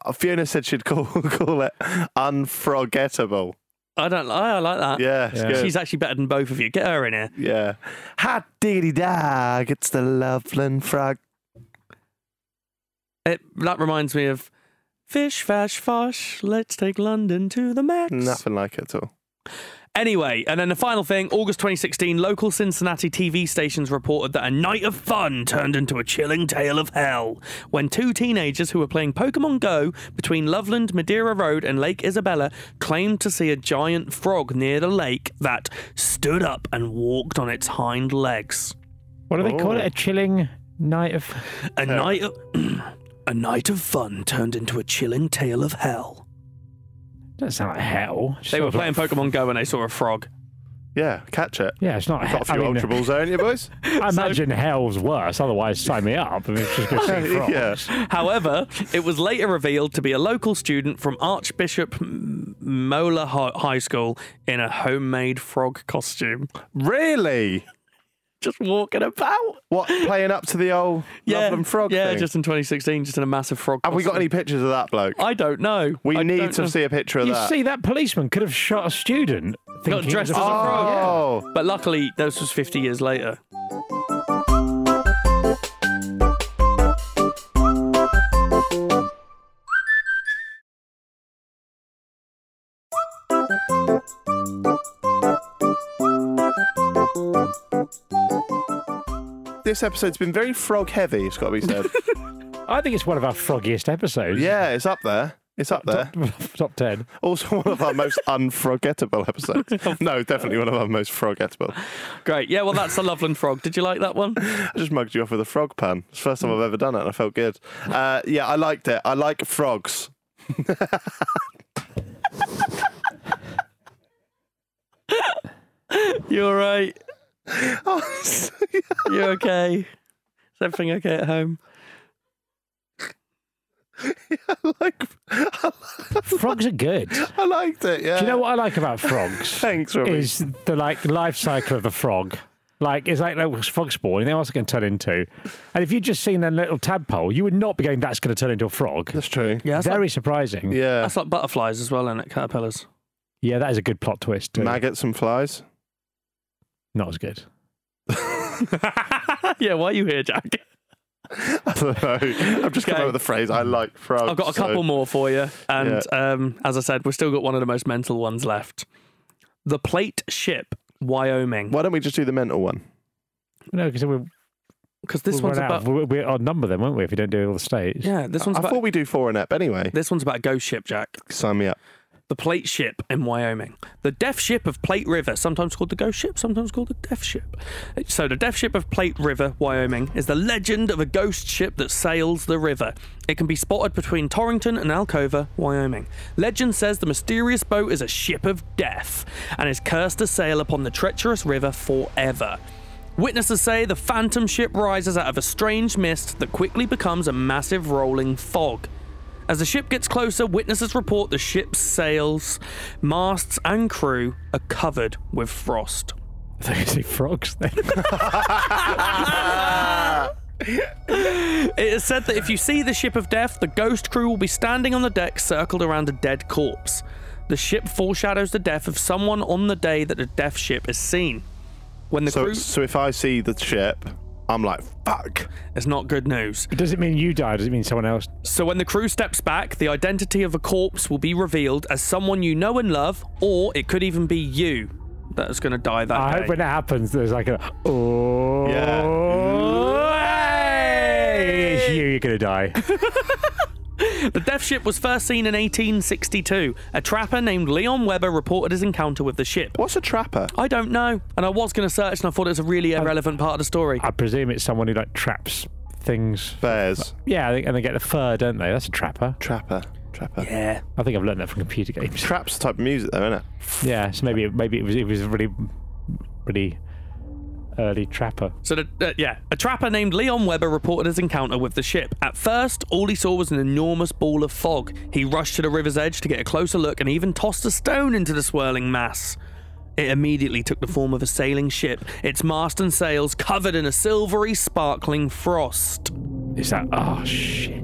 E: uh, Fiona said she'd call call it unforgettable.
C: I don't. I, I like that.
E: Yeah, it's
D: Yeah.
E: good.
C: She's actually better than both of you. Get her in here.
E: yeah. Ha diggity dag, it's the Loveland frog.
C: It, that reminds me of Fish, Fash, Fosh. Let's take London to the max.
E: Nothing like it at all.
C: Anyway, and then the final thing August 2016, local Cincinnati TV stations reported that a night of fun turned into a chilling tale of hell when two teenagers who were playing Pokemon Go between Loveland, Madeira Road, and Lake Isabella claimed to see a giant frog near the lake that stood up and walked on its hind legs.
D: What do they call
E: Oh.
D: it? A chilling night of.
C: A night of. A night of fun turned into a chilling tale of hell.
D: Doesn't sound like hell. It's
C: They were
D: sort
C: playing
D: of like-
C: Pokemon Go and they saw a frog.
E: Yeah, catch it.
D: Yeah, it's not hell.
E: Got a few
D: I, mean,
E: ultra balls there, ain't you, boys?
D: I imagine hell's worse. Otherwise, sign me up. I mean, it's just going to see frogs.
E: yeah.
C: However, it was later revealed to be a local student from Archbishop M- Mola Hi- High School in a homemade frog costume,
E: Really?
C: just walking about.
E: What, playing up to the old Loveland Frog
C: yeah,
E: thing?
C: just in 2016, just in a massive frog.
E: Have we got
C: costume.
E: any pictures of that bloke?
C: I don't know.
E: we
C: I
E: need
C: don't
E: to
C: know.
E: see a picture of
D: You
E: that.
D: see, that policeman could have shot a student. thinking it
C: dressed
D: was
C: as a frog.
E: oh,
C: But luckily, this was 50 years later.
E: this episode's been very frog heavy. It's got to be said.
D: I think it's one of our froggiest episodes.
E: yeah, it's up there. It's up there.
D: Top 10.
E: Also, one of our most unforgettable episodes. No, definitely one of our most forgettable.
C: Great. Yeah, well, that's the Loveland Frog. Did you like that one?
E: I just mugged you off with a frog pan. It's the first time I've ever done it, and I felt good. Uh, yeah, I liked it. I like frogs.
C: You all right?
E: Oh,
C: You okay? Is everything okay at home?
E: I like.
D: Frogs are good. Do
E: I liked it. Yeah.
D: you know what I like about frogs?
E: Thanks, Robbie.
D: is the like life cycle of the frog. Like it's like like frog spawn. You know what it's going to turn into? And if you'd just seen a little tadpole, you would not be going. That's going to turn into a frog.
E: That's true.
C: Yeah, that's,
D: Very
C: like,
D: surprising. Yeah.
E: Yeah.
C: that's like butterflies as well, and caterpillars.
D: that is a good plot twist. Too.
E: Maggots and flies.
D: not as good.
C: yeah, why are you here, Jack?
E: I don't know. I've just come
C: Okay.
E: up with the phrase. I like frogs.
C: I've got a
E: so-
C: couple more for you. And um, as I said, we've still got one of the most mental ones left. The Plate Ship, Wyoming.
E: Why don't we just do the mental one?
D: No, because we're
C: Because this
D: we'll
C: one's
D: run out.
C: about.
D: of- We're, we're odd number then, won't we? If we don't do all the states.
C: Yeah, this one's
E: I
C: about.
E: thought we do four and up anyway.
C: This one's about a ghost ship, Jack.
E: Sign me up.
C: The plate ship in Wyoming. The death ship of Plate River, sometimes called the ghost ship, sometimes called the death ship. So, the death ship of Plate River, Wyoming, is the legend of a ghost ship that sails the river. It can be spotted between Torrington and Alcova, Wyoming. Legend says the mysterious boat is a ship of death and is cursed to sail upon the treacherous river forever. Witnesses say the phantom ship rises out of a strange mist that quickly becomes a massive rolling fog. As the ship gets closer, witnesses report the ship's sails, masts, and crew are covered with frost.
D: They see frogs. Then.
C: It is said that if you see the ship of death, the ghost crew will be standing on the deck circled around a dead corpse. The ship foreshadows the death of someone on the day that the death ship is seen. When the
E: So,
C: crew.
E: so if I see the ship, I'm like, fuck.
C: It's not good news.
D: But does it mean you die? Does it mean someone else?
C: So when the crew steps back, the identity of a corpse will be revealed as someone you know and love, or it could even be you that is going to die that
D: I
C: day.
D: hope when that happens, there's like a oh. hey, It's you. You're going to die.
C: The death ship was first seen in 1862. A trapper named Leon Weber reported his encounter with the ship.
E: What's a trapper?
C: I don't know, and I was going to search, and I thought it was a really
E: Oh.
C: irrelevant part of the story.
D: I presume it's someone who like traps things.
E: Bears.
D: Yeah, I think- and they get the fur, don't they? That's a trapper.
E: Trapper. Trapper.
C: yeah.
D: I think I've learned that from computer games.
E: Traps type of music, though, isn't it?
D: Yeah, so maybe it, maybe it was it was really really early trapper.
C: So, the, uh, yeah, a trapper named Leon Weber reported his encounter with the ship. At first, all he saw was an enormous ball of fog. He rushed to the river's edge to get a closer look and even tossed a stone into the swirling mass. It immediately took the form of a sailing ship, its mast and sails covered in a silvery, sparkling frost.
D: Is that oh shit?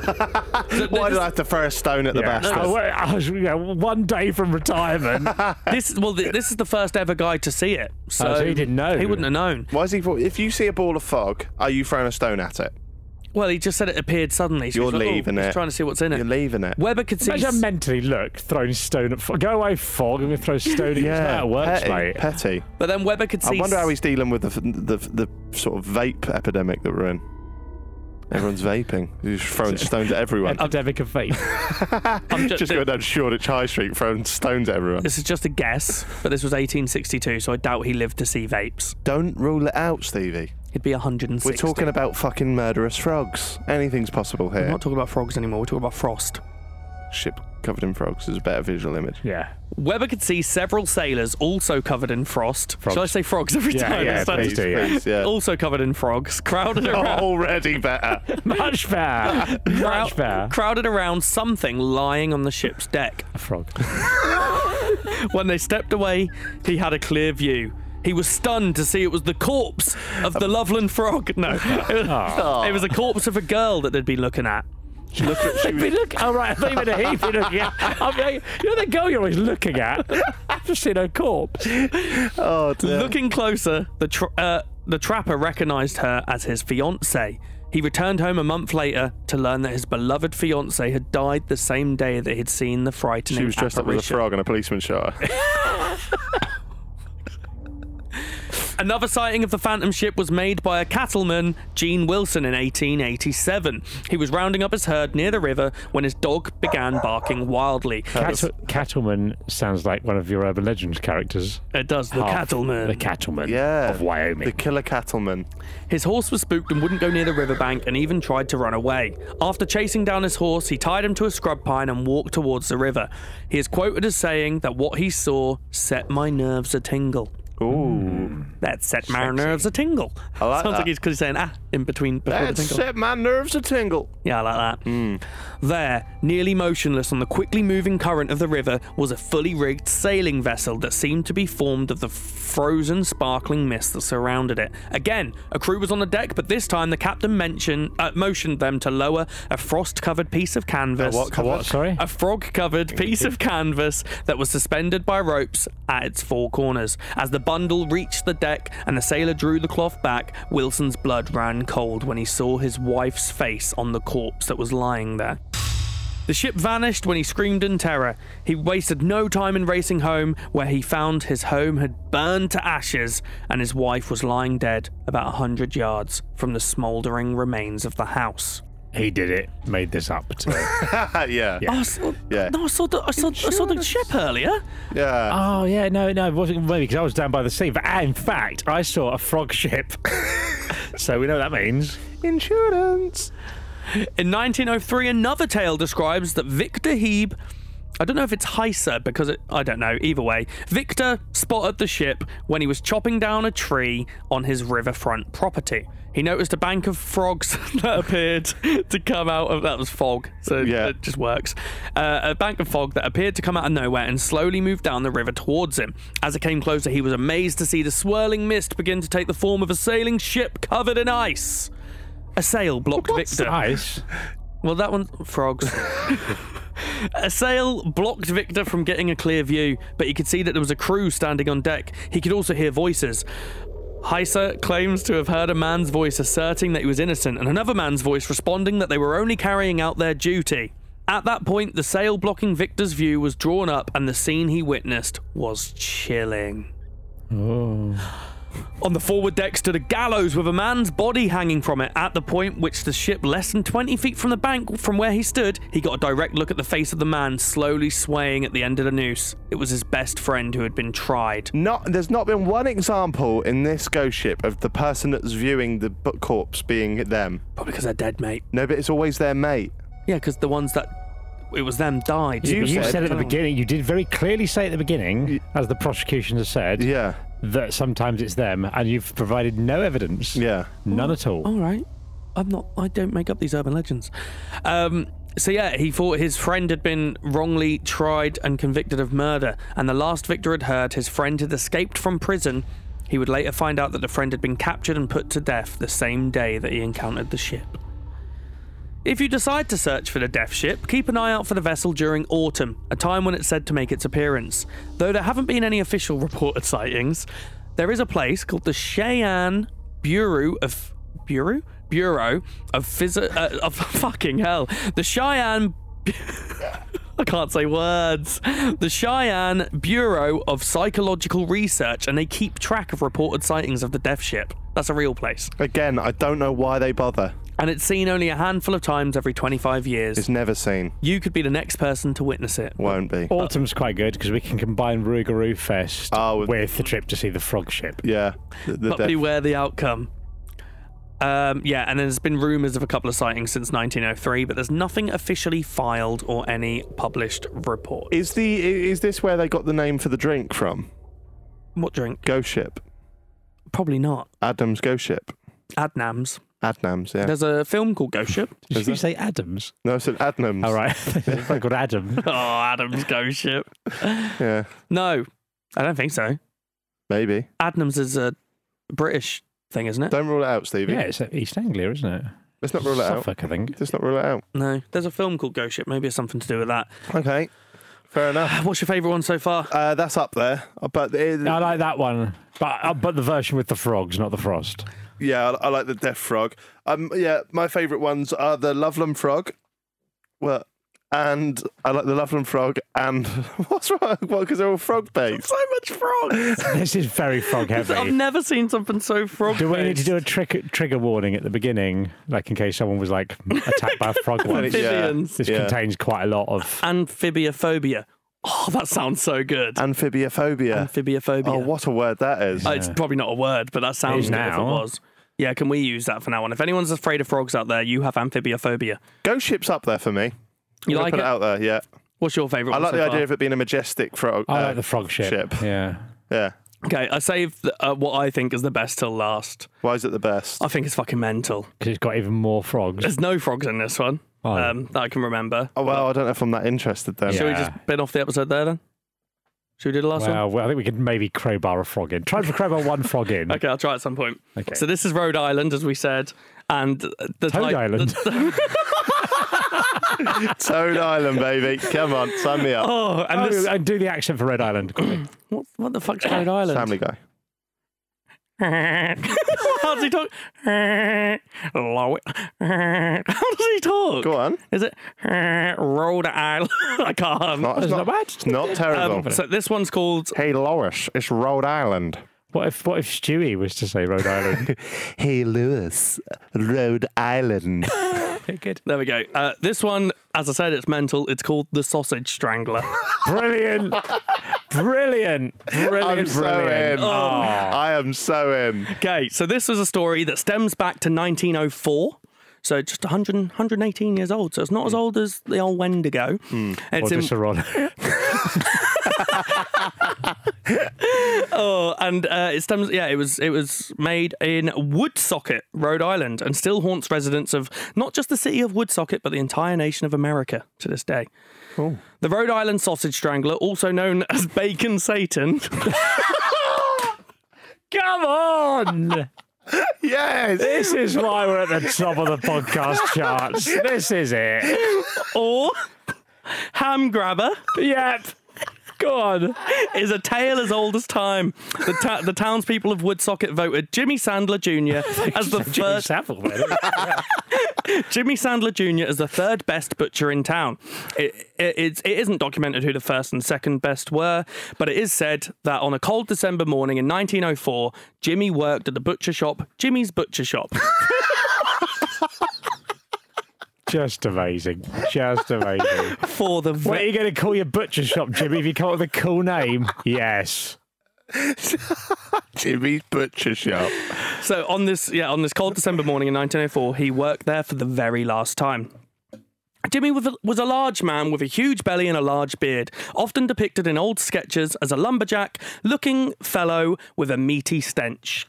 E: Why did I have to throw a stone at the
D: Yeah.
E: bastard?
D: I, wa- I was you know, one day from retirement.
C: this well, th- this is the first ever guy to see it, so,
D: Oh, so he didn't know.
C: He wouldn't have known.
E: Why is he? If you see a ball of fog, are you throwing a stone at it?
C: Well, he just said it appeared suddenly. So
E: You're
C: he's like, oh,
E: leaving
C: he's
E: it.
C: Trying to see what's in
E: You're
C: it.
E: leaving it.
C: Weber could see.
D: Imagine I mentally look throwing stone at fog. Go away, fog. I'm gonna throw stone at you. It's not how it works,
E: petty,
D: mate.
E: petty.
C: but then Weber could
E: I
C: see.
E: wonder how he's dealing with the, f- the f- the sort of vape epidemic that we're in. Everyone's vaping. He's just throwing stones at everyone.
D: Epidemic of faith.
C: I'm ju-
E: Just going down Shoreditch High Street, throwing stones at everyone.
C: This is just a guess, but this was 1862, so I doubt he lived to see vapes.
E: Don't rule it out, Stevie.
C: He'd be 160.
E: We're talking about fucking murderous frogs. Anything's possible
C: We're
E: here.
C: not talking about frogs anymore. We're talking about frost.
E: Ship covered in frogs is a better visual image.
D: Yeah.
C: Weber could see several sailors also covered in frost. Shall I say frogs every
D: Yeah,
C: time?
D: yeah,
C: It's like-
D: please do, Oh, yeah.
E: yeah.
C: Also covered in frogs, crowded around.
E: Already better.
D: Much better.
C: crowd-
D: Much better.
C: crowded around something lying on the ship's deck.
D: A frog.
C: When they stepped away, he had a clear view. He was stunned to see it was the corpse of the Loveland frog. No, it was, it was the corpse of a girl that they'd been looking at.
E: She looked at- she
D: They've been looking. Oh right, I thought you meant a heap. You're looking at. I'm like, you know the girl you're always looking at. I've just seen her corpse.
E: oh, dear.
C: Looking closer, the tra- uh, the trapper recognized her as his fiancée. He returned home a month later to learn that his beloved fiancée had died the same day that he'd seen the frightening.
E: she was dressed up as a
C: apparition.
E: frog and a policeman shot her.
C: Another sighting of the Phantom ship was made by a cattleman, Gene Wilson, in 1887. He was rounding up his herd near the river when his dog began barking wildly.
D: Cattle- cattleman sounds like one of your urban legend characters.
C: It does, the
D: Half
C: cattleman.
D: The cattleman.
E: Yeah.
D: Of Wyoming.
E: The killer cattleman.
C: His horse was spooked and wouldn't go near the riverbank and even tried to run away. After chasing down his horse, he tied him to a scrub pine and walked towards the river. He is quoted as saying that what he saw set my nerves a tingle.
E: Ooh.
C: That set my nerves a tingle.
E: I like
C: Sounds like
E: that.
C: he's 'cause he's saying ah in between before
E: That
C: the tingle.
E: set my nerves a tingle.
C: Yeah, I like that. There, nearly motionless on the quickly moving current of the river, was a fully rigged sailing vessel that seemed to be formed of the frozen, sparkling mist that surrounded it. Again, a crew was on the deck, but this time the captain mentioned, uh, motioned them to lower a frost-covered piece of canvas.
E: what
D: A what? Sorry.
C: A frog covered piece of canvas that was suspended by ropes at its four corners. As the bundle reached the deck and the sailor drew the cloth back, Wilson's blood ran cold when he saw his wife's face on the corpse that was lying there. The ship vanished when he screamed in terror. He wasted no time in racing home, where he found his home had burned to ashes and his wife was lying dead about a hundred yards from the smouldering remains of the house.
D: he did it. Made this up. Today.
E: yeah.
C: Oh, I saw,
E: Yeah.
C: No, I saw the I saw, I saw the ship earlier.
E: Yeah.
D: oh yeah. No, no. It wasn't maybe because I was down by the sea. But ah, in fact, I saw a frog ship. so we know what that means.
E: Insurance.
C: In 1903, another tale describes that Victor Hebe. I don't know if it's Heiser because it, I don't know. Either way, Victor spotted the ship when he was chopping down a tree on his riverfront property. He noticed a bank of frogs that appeared to come out of that was fog, so
E: Yeah.
C: it just works. Uh, a bank of fog that appeared to come out of nowhere and slowly moved down the river towards him. As it came closer, he was amazed to see the swirling mist begin to take the form of a sailing ship covered in ice. A sail blocked Victor.
D: Nice.
C: Well, that one, frogs. a sail blocked Victor from getting a clear view, but he could see that there was a crew standing on deck. He could also hear voices. Heiser claims to have heard a man's voice asserting that he was innocent, and another man's voice responding that they were only carrying out their duty. At that point, the sail blocking Victor's view was drawn up, and the scene he witnessed was chilling. On the forward deck stood a gallows with a man's body hanging from it. At the point which the ship less than 20 feet from the bank from where he stood, he got a direct look at the face of the man slowly swaying at the end of the noose. It was his best friend who had been tried.
E: Not, there's not been one example in this ghost ship of the person that's viewing the bu- corpse being them.
C: Probably because they're dead, mate.
E: No, but it's always their mate.
C: Yeah, because the ones that it was them died.
D: You, you
E: said-
D: said at the beginning. You did very clearly say at the beginning, as the prosecution has said,
E: Yeah,
D: that sometimes it's them, and you've provided no evidence.
E: yeah.
D: None at all.
C: All right. I'm not. I don't make up these urban legends. Um, so yeah, he thought his friend had been wrongly tried and convicted of murder, and the last Victor had heard his friend had escaped from prison. He would later find out that the friend had been captured and put to death the same day that he encountered the ship. If you decide to search for the death ship, keep an eye out for the vessel during autumn, a time when it's said to make its appearance. Though there haven't been any official reported sightings, there is a place called the Cheyenne Bureau of Bureau Bureau of Physi- uh, of fucking hell, the Cheyenne. I can't say words. The Cheyenne Bureau of Psychological Research, and they keep track of reported sightings of the death ship. That's a real place.
E: Again, I don't know why they bother.
C: And it's seen only a handful of times every 25 years.
E: It's never seen.
C: You could be the next person to witness it.
E: Won't be.
D: Autumn's quite good because we can combine Rougarou Fest
E: Oh, with-
D: with the trip to see the frog ship.
E: Yeah. The, the
C: But
E: death-
C: beware the outcome. Um, yeah, and there's been rumours of a couple of sightings since 1903, but there's nothing officially filed or any published report.
E: Is the i- is this where they got the name for the drink from?
C: what drink?
E: Ghost ship.
C: Probably not.
E: Adnams Ghost ship.
C: Adnams.
E: Adnams, yeah.
C: There's a film called Ghost Ship.
D: Did
E: Is
D: you
E: that-
D: say Adams?
E: no, I said Adnams.
D: All right, I got Adam.
C: oh, Adam's Ghost Ship.
E: Yeah,
C: No, I don't think so.
E: maybe.
C: Adnams is a British thing, isn't it?
E: Don't rule it out, Stevie.
D: Yeah, it's East Anglia, isn't it?
E: Let's not rule it out.
D: Suffolk, I think.
E: Let's not rule it out.
C: No, there's a film called Ghost Ship. Maybe it's something to do with that.
E: Okay, fair enough.
C: What's your favourite one so far?
E: Uh, that's up there, but it,
D: I like that one, but uh, but the version with the frogs, not the frost.
E: yeah, I, I like the Death Frog. Um, yeah, my favourite ones are the Loveland Frog. Well, and I like the Loveland Frog. And what's wrong? Well, because they're all frog based.
C: So much frogs.
D: This is very frog
C: I've
D: heavy.
C: never seen something so frog.
D: Do we need to do a trick, trigger warning at the beginning, like in case someone was like attacked by a frog once?
E: Yeah.
C: amphibians?
D: This
E: Yeah.
D: contains quite a lot of.
C: Amphibiophobia. Oh, that sounds so good.
E: Amphibiophobia.
C: Amphibiophobia.
E: oh, what a word that is.
C: Uh, It's probably not a word, but that sounds
D: is
C: good if it
D: now.
C: was. Yeah, can we use that for now on? If anyone's afraid of frogs out there, you have amphibiophobia.
E: Ghost ship's up there for me. I'm
C: You
E: gonna
C: like
E: put
C: it?
E: it? out there, yeah.
C: What's your favourite?
E: I
C: one
E: like
C: so
E: the
C: far?
E: idea of it being a majestic frog.
D: I
E: uh,
D: like the frog ship. Yeah.
E: Yeah.
C: Okay, I saved uh, what I think is the best till last.
E: Why is it the best?
C: I think it's fucking mental.
D: Because it's got even more frogs.
C: There's no frogs in this one
D: Oh.
C: um, that I can remember.
E: Oh, well, I don't know if I'm that interested then.
D: Yeah.
C: Should we just bin off the episode there then? Should we do the last one?
D: Well, well, I think we could maybe crowbar a frog in. Try to crowbar one frog in.
C: Okay, I'll try at some point.
D: Okay.
C: So this is Rhode Island, as we said, and the
D: Toad
C: type-
D: Island.
E: Toad Island, baby. Come on, sign me up.
C: oh, and
D: Oh,
C: this
D: and do the accent for Red Island. quickly.
C: what, what the fuck's Rhode Island?
E: Family Guy.
C: How does he talk? Hello. How does he talk?
E: Go on.
C: Is it Rhode Island? I can't.
E: Not,
D: That's
E: it's
D: not
E: Oh, not,
D: bad.
E: it's not terrible.
C: Um, so this one's called
E: hey, Loris, it's Rhode Island.
D: What if what if Stewie was to say Rhode Island?
E: Hey, Lewis, Rhode Island.
D: Good.
C: There we go. Uh, this one, as I said, it's mental. It's called the Sausage Strangler.
D: Brilliant. Brilliant. Brilliant.
E: I'm so
D: brilliant. Oh.
E: in. I am so in.
C: okay, so this was a story that stems back to 1904. So just 100, 118 years old. So it's
E: Hmm.
C: not as old as the old Wendigo.
D: Or
C: It's in-
D: just a Ron-
C: Oh, and uh, it stems. Yeah, it was it was made in Woodsocket, Rhode Island, and still haunts residents of not just the city of Woodsocket, but the entire nation of America to this day. The Rhode Island Sausage Strangler, also known as Bacon Satan.
D: Come on.
E: Yes.
D: This is why we're at the top of the podcast charts. This is it.
C: or Ham Grabber
D: Yep. Go on.
C: is a tale as old as time. The, ta- the townspeople of Woodsocket voted Jimmy Sandler Jr. as the
D: Jimmy
C: first
D: Savile. man.
C: Jimmy Sandler Jr. is the third best butcher in town. It, it, it's, it isn't documented who the first and second best were, but it is said that on a cold December morning in 1904, Jimmy worked at the butcher shop, Jimmy's Butcher Shop.
D: Just amazing. Just amazing.
C: For the
D: What are
C: ve-
D: you going to call your butcher shop, Jimmy, if you come up with a cool name? Yes.
E: Jimmy's Butcher Shop.
C: so on this yeah on this cold December morning in 1904, he worked there for the very last time. Jimmy was a, was a large man with a huge belly and a large beard, often depicted in old sketches as a lumberjack looking fellow with a meaty stench.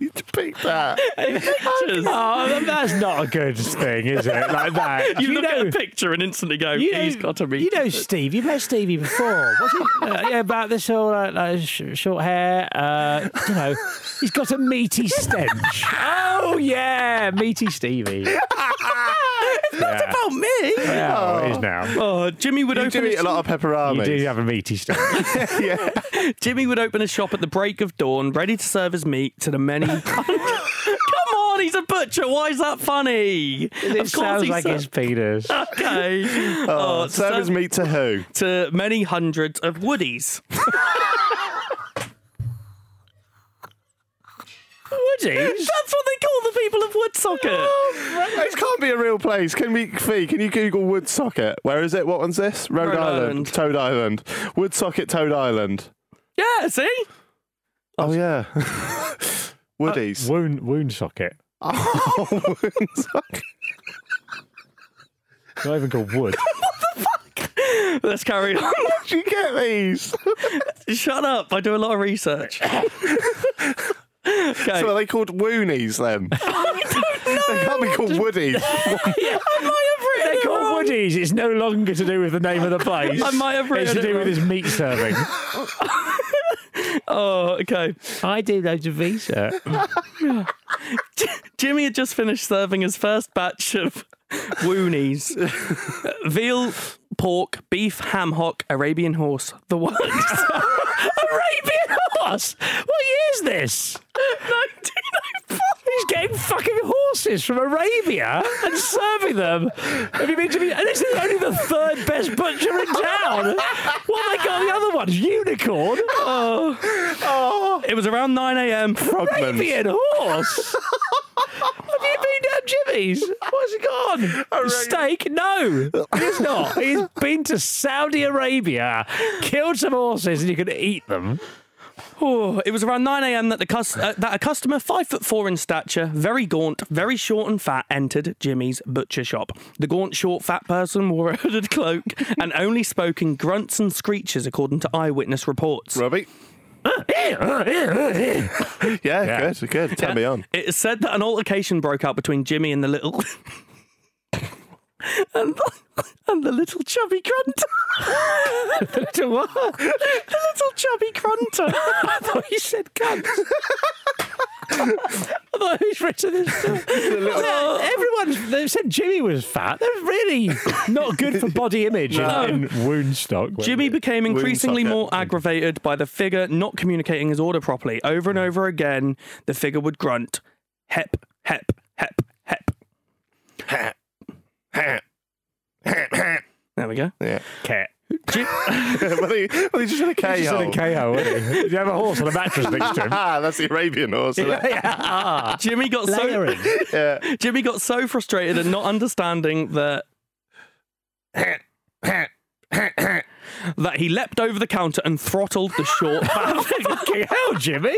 E: You pick that.
C: Pictures.
D: Oh, that- that's not a good thing, is it? Like that.
C: you, look at a picture and instantly go, he's got to be.
D: You know Steve. You met Stevie before. What's he, uh, yeah, about this all uh, like, sh- short hair. Uh, you know, he's got a meaty stench. oh yeah, meaty Stevie.
C: not
D: Yeah.
C: about me.
D: Yeah, well, it is now.
C: Oh, Jimmy would
E: You
C: open.
E: do eat
C: his,
E: a lot of
D: You
E: pepperami.
D: do have a meaty stench.
E: yeah.
C: Jimmy would open his shop at the break of dawn, ready to serve his meat to the many. Come on, he's a butcher. Why is that funny?
D: it sounds
C: he's
D: like
C: ser-
D: his penis.
C: okay. Oh, to
E: Serve his
C: serve
E: meat to who?
C: to many hundreds of woodies.
D: Woodies.
C: That's what they call the people of Woodsocket.
E: This can't be a real place. Can we, Fee? Can you Google Woodsocket? Where is it? What one's this? Rhode,
C: Rhode
E: Island.
C: Island.
E: Toad Island. Woodsocket, Toad Island.
C: yeah, see?
E: Oh yeah. Woodies.
D: Wound wound socket.
E: oh, wounds.
D: Not even called wood.
C: Let's carry on.
E: Where'd you get these?
C: Shut up. I do a lot of research. okay.
E: So are they called woonies then? They can't be called woodies.
D: They're called Woodies. It's no longer to do with the name of the place.
C: I might have
D: It's
C: written
D: to
C: it
D: do with
C: wrong.
D: his meat serving.
C: oh, okay.
D: I do loads of research.
C: Jimmy had just finished serving his first batch of woonies. Veal, pork, beef, ham hock, Arabian horse, the works.
D: Arabian horse. What year is this?
C: 1904.
D: He's getting fucking horses from Arabia and serving them. Have you been to me? And this is only the third best butcher in town. What have they got? The other one's unicorn.
C: It was around 9 a.m.
E: Frogmans.
D: Arabian horse. Have you been down Jimmy's? What's he gone? Steak? No, it's not. He's been to Saudi Arabia, killed some horses, and you can eat them.
C: Oh, it was around 9 a.m. that the cus- uh, that a customer five foot four in stature, very gaunt, very short and fat, entered Jimmy's butcher shop. The gaunt, short, fat person wore a hooded cloak and only spoke in grunts and screeches, according to eyewitness reports.
E: Robbie? Yeah, good, good. Turn me on.
C: It is said that an altercation broke out between Jimmy and the little. and, the, and the little chubby grunter. the little what? The little chubby grunter. I thought you said cunt.
D: I thought who's written this? Well, Everyone they said Jimmy was fat. That's really not good for body image Um, in, in Woundstock.
C: Jimmy became increasingly
E: socket.
C: more aggravated by the figure not communicating his order properly. Over and over again, the figure would grunt, hep, hep, hep, hep. There we go.
E: Yeah.
D: cat.
E: Were they, were they just in a K
D: He's in
E: hole?
D: a KO. wasn't he? Did you have a horse on a mattress next to him?
E: Ah, that's the Arabian horse, isn't it?
D: yeah. Ah,
C: Jimmy got so
D: Layering.
C: Jimmy got so frustrated and not understanding that that he leapt over the counter and throttled the short fat figure.
D: Fucking hell, Jimmy.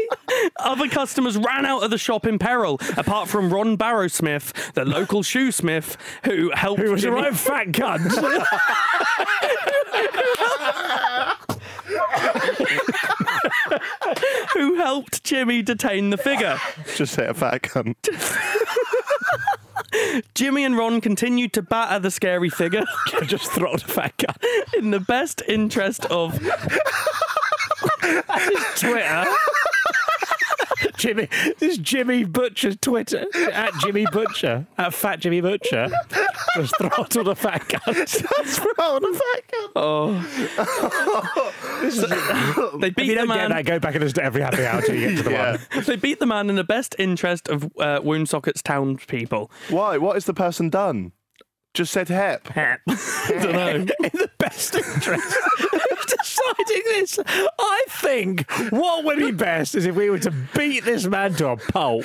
C: Other customers ran out of the shop in peril, apart from Ron Barrowsmith, the local shoesmith, who helped.
D: Who was a
C: Jimmy-
D: right fat cunt.
C: who helped Jimmy detain the figure.
E: Just hit a fat cunt.
C: Jimmy and Ron continued to batter the scary figure
D: Just throttled a fat cunt.
C: in the best interest of
D: Twitter. Jimmy, this is Jimmy Butcher's Twitter at Jimmy Butcher at Fat Jimmy Butcher was throttled a fat cunt.
E: That's wrong, a fat cunt.
C: they
D: If
C: beat
D: you
C: the
D: don't get
C: man.
D: that, go back and listen to every happy hour till you get to the
E: Yeah.
D: one.
C: They beat the man in the best interest of uh, Woundsocket's townspeople.
E: Why? What has the person done? Just said hep.
C: I don't know.
D: In the best interest of deciding this, I think what would be best is if we were to beat this man to a pulp.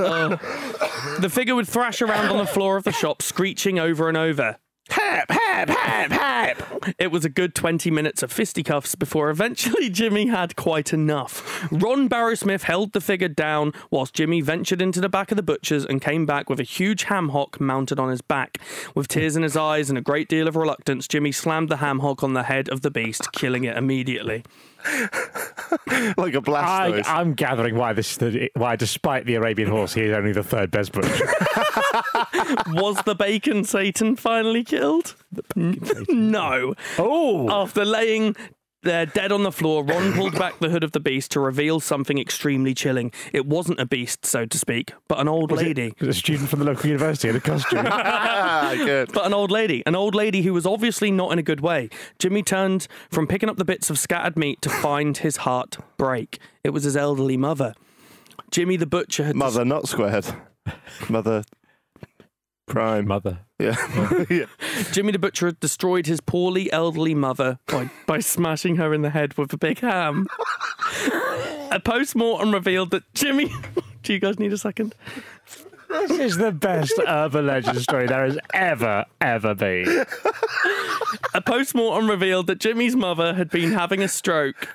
C: The figure would thrash around on the floor of the shop, screeching over and over.
D: Hap, hap, hap, hap.
C: It was a good 20 minutes of fisticuffs before eventually Jimmy had quite enough. Ron Barrowsmith held the figure down whilst Jimmy ventured into the back of the butcher's and came back with a huge ham hock mounted on his back. With tears in his eyes and a great deal of reluctance, Jimmy slammed the ham hock on the head of the beast, killing it immediately.
E: Like a
D: I,
E: blastoise.
D: I'm gathering why this is the, why, despite the Arabian horse, he is only the third best butcher.
C: Was the bacon Satan finally killed? no.
D: Oh,
C: After laying there dead on the floor, Ron pulled back the hood of the beast to reveal something extremely chilling. It wasn't a beast, so to speak, but an old lady.
D: It was a student from the local university in a costume.
E: ah, good.
C: But an old lady, an old lady who was obviously not in a good way. Jimmy turned from picking up the bits of scattered meat to find his heart break. It was his elderly mother. Jimmy the butcher had
E: Mother not squared. Mother prime.
D: Mother.
E: Yeah. yeah.
C: Jimmy the butcher had destroyed his poorly elderly mother by, by smashing her in the head with a big ham. a post-mortem revealed that Jimmy. Do you guys need a second?
D: This is the best urban legend story there has ever, ever been.
C: A post-mortem revealed that Jimmy's mother had been having a stroke.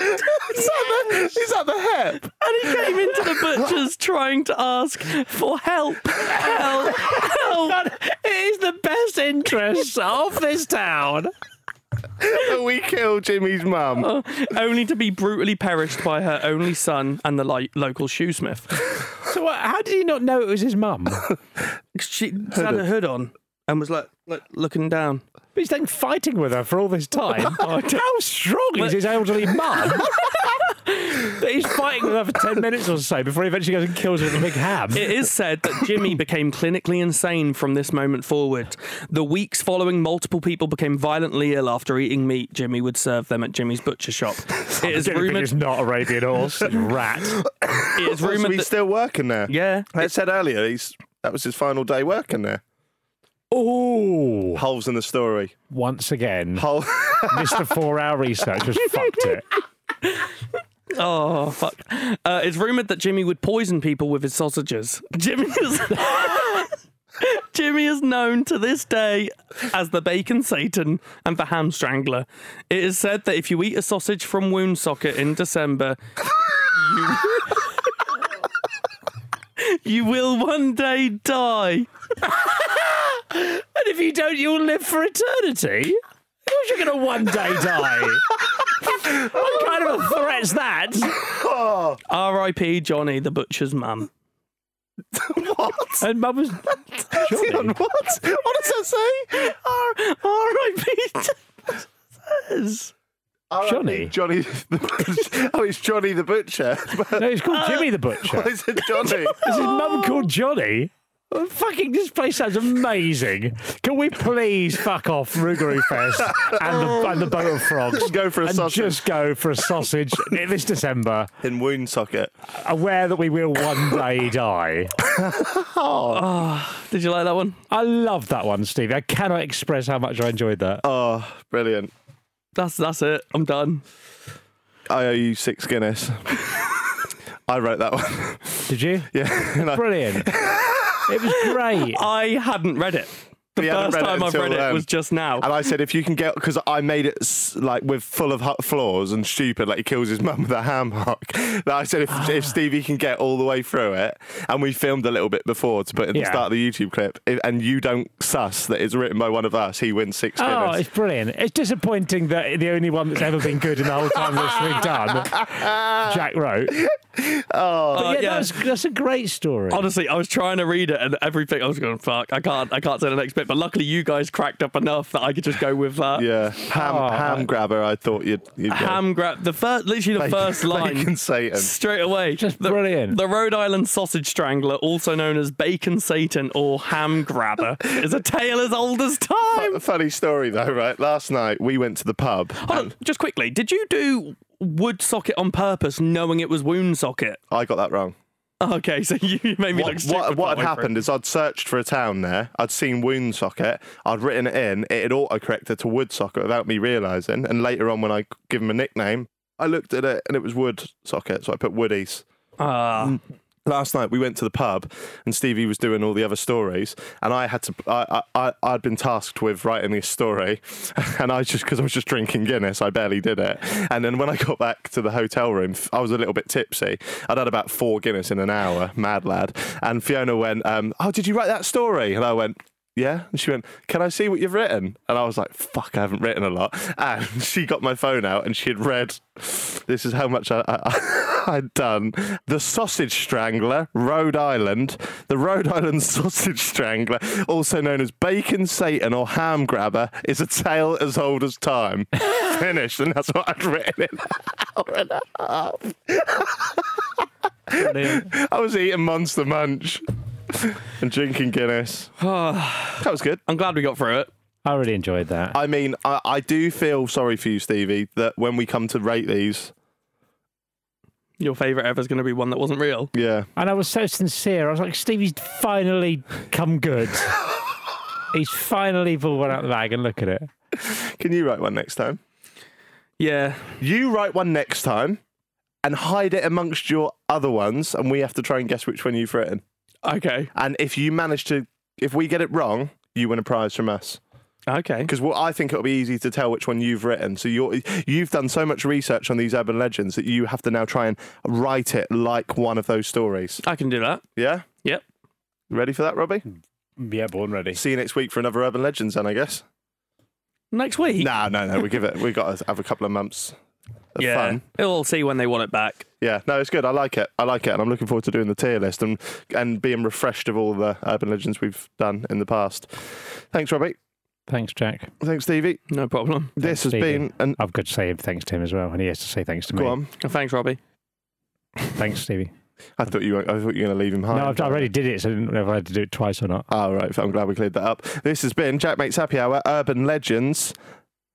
E: Is that the, is that the hep?
C: And he came into the butcher's trying to ask for help. Help! Help!
D: it is the best interests of this town.
E: But we killed Jimmy's mum.
C: Only to be brutally perished by her only son and the li- local shoesmith.
D: So what, how did he not know it was his mum? but
C: She had a hood on and was like, like looking down.
D: he's been fighting with her for all this time. how strong is his elderly mum? That he's fighting with her for ten minutes or so before he eventually goes and kills her with a big ham.
C: It is said that Jimmy became clinically insane from this moment forward. The weeks following, multiple people became violently ill after eating meat Jimmy would serve them at Jimmy's butcher shop. It is
D: Get a bit,
C: rumored.
D: It's not Arabian horse, it's rat.
C: It is
E: So
C: rumored
E: he's
C: that.
E: still working there.
C: Yeah.
E: I said earlier, he's that was his final day working there.
D: Oh,
E: Holes in the story.
D: once again,
E: Hole.
D: Mr. Four Hour Research has fucked it.
C: Oh fuck! Uh, it's rumored that Jimmy would poison people with his sausages. Jimmy is. Jimmy is known to this day as the Bacon Satan and the Ham Strangler. It is said that if you eat a sausage from Wound Socket in December, you, you will one day die.
D: And if you don't, you'll live for eternity. Of course, you're going to one day die. what kind of a threat's that?
C: R.I.P. Johnny, the butcher's mum.
E: what?
D: And mum was.
E: Hang on,
D: Johnny.
E: what? What does that say?
C: R.I.P.
D: Johnny?
E: Johnny. The, oh, it's Johnny the Butcher.
D: No, he's called Jimmy the Butcher.
E: Why is it Johnny?
D: Is his mum called Johnny? Oh, fucking, this place sounds amazing. Can we please fuck off Rougarou Fest and the, and the Boat of Frogs?
E: Go for a
D: and
E: sausage.
D: Just go for a sausage this December,
E: In wound socket.
D: aware that we will one day die.
C: Did you like that one?
D: I love that one, Stevie. I cannot express how much I enjoyed that.
E: Oh, brilliant.
C: That's that's it. I'm done.
E: I owe you six Guinness. I wrote that one.
D: Did you?
E: yeah. and I-
D: Brilliant. it was great.
C: I hadn't read it. The
E: We haven't
C: first
E: read it
C: time I've
E: until um,
C: read it
E: then.
C: was just now.
E: And I said, if you can get, because I made it s- like with full of hu- flaws and stupid, like he kills his mum with a ham hock. That I said, if,
C: Ah.
E: if Stevie can get all the way through it, and we filmed a little bit before to put in the
D: Yeah.
E: start of the YouTube clip, i and you don't suss that it's written by one of us, he wins six
D: Oh,
E: Guinness.
D: it's brilliant. It's disappointing that the only one that's ever been good in the whole time that's been done, Jack wrote. Oh, yeah,
C: Uh, yeah.
D: That's, that's a great story.
C: Honestly, I was trying to read it and everything. I was going, "Fuck, I can't, I can't say the next bit." But luckily, you guys cracked up enough that I could just go with that.
E: yeah, ham ham grabber. I thought you'd, you'd
C: Oh, Ham grab the first, literally the
E: get.
C: first line.
E: Bacon Satan.
C: Straight away,
D: Just
C: the,
D: brilliant.
C: The Rhode Island sausage strangler, also known as Bacon Satan or Ham Grabber, is a tale as old as time.
E: A funny story though, right? Last night we went to the pub.
C: Hold on, just quickly, did you do wood socket on purpose, knowing it was wound socket?
E: I got that wrong.
C: Okay, so you made me look
E: what,
C: stupid.
E: what, what
C: that
E: had
C: way through.
E: happened is I'd searched for a town there. I'd seen wound socket. I'd written it in. It had autocorrected to wood socket without me realising. And later on, when I give him a nickname, I looked at it and it was wood socket. So I put woodies.
C: Ah.
E: Last night we went to the pub and Stevie was doing all the other stories and I had to I I I- I'd been tasked with writing this story and I just because I was just drinking Guinness I barely did it and then when I got back to the hotel room f- I was a little bit tipsy I'd had about four Guinness in an hour mad lad and Fiona went um, oh did you write that story and I went yeah. And she went, Can I see what you've written? And I was like, Fuck, I haven't written a lot. And she got my phone out and she had read, This is how much I, I, I'd done. The Sausage Strangler, Rhode Island. The Rhode Island Sausage Strangler, also known as Bacon Satan or Ham Grabber, is a tale as old as time. Finished. And that's what I'd written in an hour and a half. I was eating Monster Munch and drinking Guinness. that was good.
C: I'm glad we got through it.
D: I really enjoyed that.
E: I mean, I, I do feel sorry for you, Stevie, that when we come to rate these,
C: Your favourite ever is going to be one that wasn't real.
E: yeah,
D: and I was so sincere. I was like, Stevie's finally come good. He's finally pulled one out of the bag and look at it.
E: can you write one next time?
C: Yeah.
E: You write one next time and hide it amongst your other ones, and we have to try and guess which one you've written.
C: Okay.
E: And if you manage to, if we get it wrong, you win a prize from us.
C: Okay.
E: because well, I think it'll be easy to tell which one you've written. So you're, you've done so much research on these urban legends that you have to now try and write it like one of those stories.
C: I can do that.
E: Yeah,
C: Yep.
E: ready for that, Robbie?
B: Yeah, born ready.
E: See you next week for another urban legends, then I guess.
C: Next week.
E: No, no, no. We give it. We got to have a couple of months of
C: yeah.
E: fun.
C: We'll see when they want it back.
E: Yeah, no, it's good. I like it. I like it, and I'm looking forward to doing the tier list and and being refreshed of all the urban legends we've done in the past. Thanks, Robbie.
D: Thanks, Jack.
E: Thanks, Stevie.
C: No problem.
E: This has
D: Stevie.
E: been an.
D: I've got to say thanks to him as well, and he has to say thanks to me.
E: Go on.
C: Thanks, Robbie.
D: Thanks, Stevie.
E: I thought you. Were, I thought you were going to leave him high.
D: no, I've, I already did it, so I didn't know if I had to do it twice or not.
E: All right, I'm glad we cleared that up. This has been Jack Makes Happy Hour Urban Legends.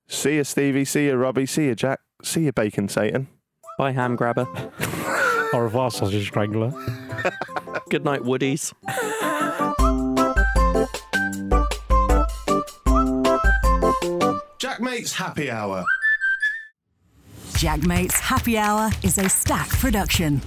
E: See you, Stevie. See you, Robbie. See you, Jack. See you, Bacon Satan.
C: Bye, ham grabber.
D: Au revoir, sausage strangler.
C: Good night, Woodies.
A: Jack Mate's Happy Hour.
F: Jackmates Happy Hour is a stack production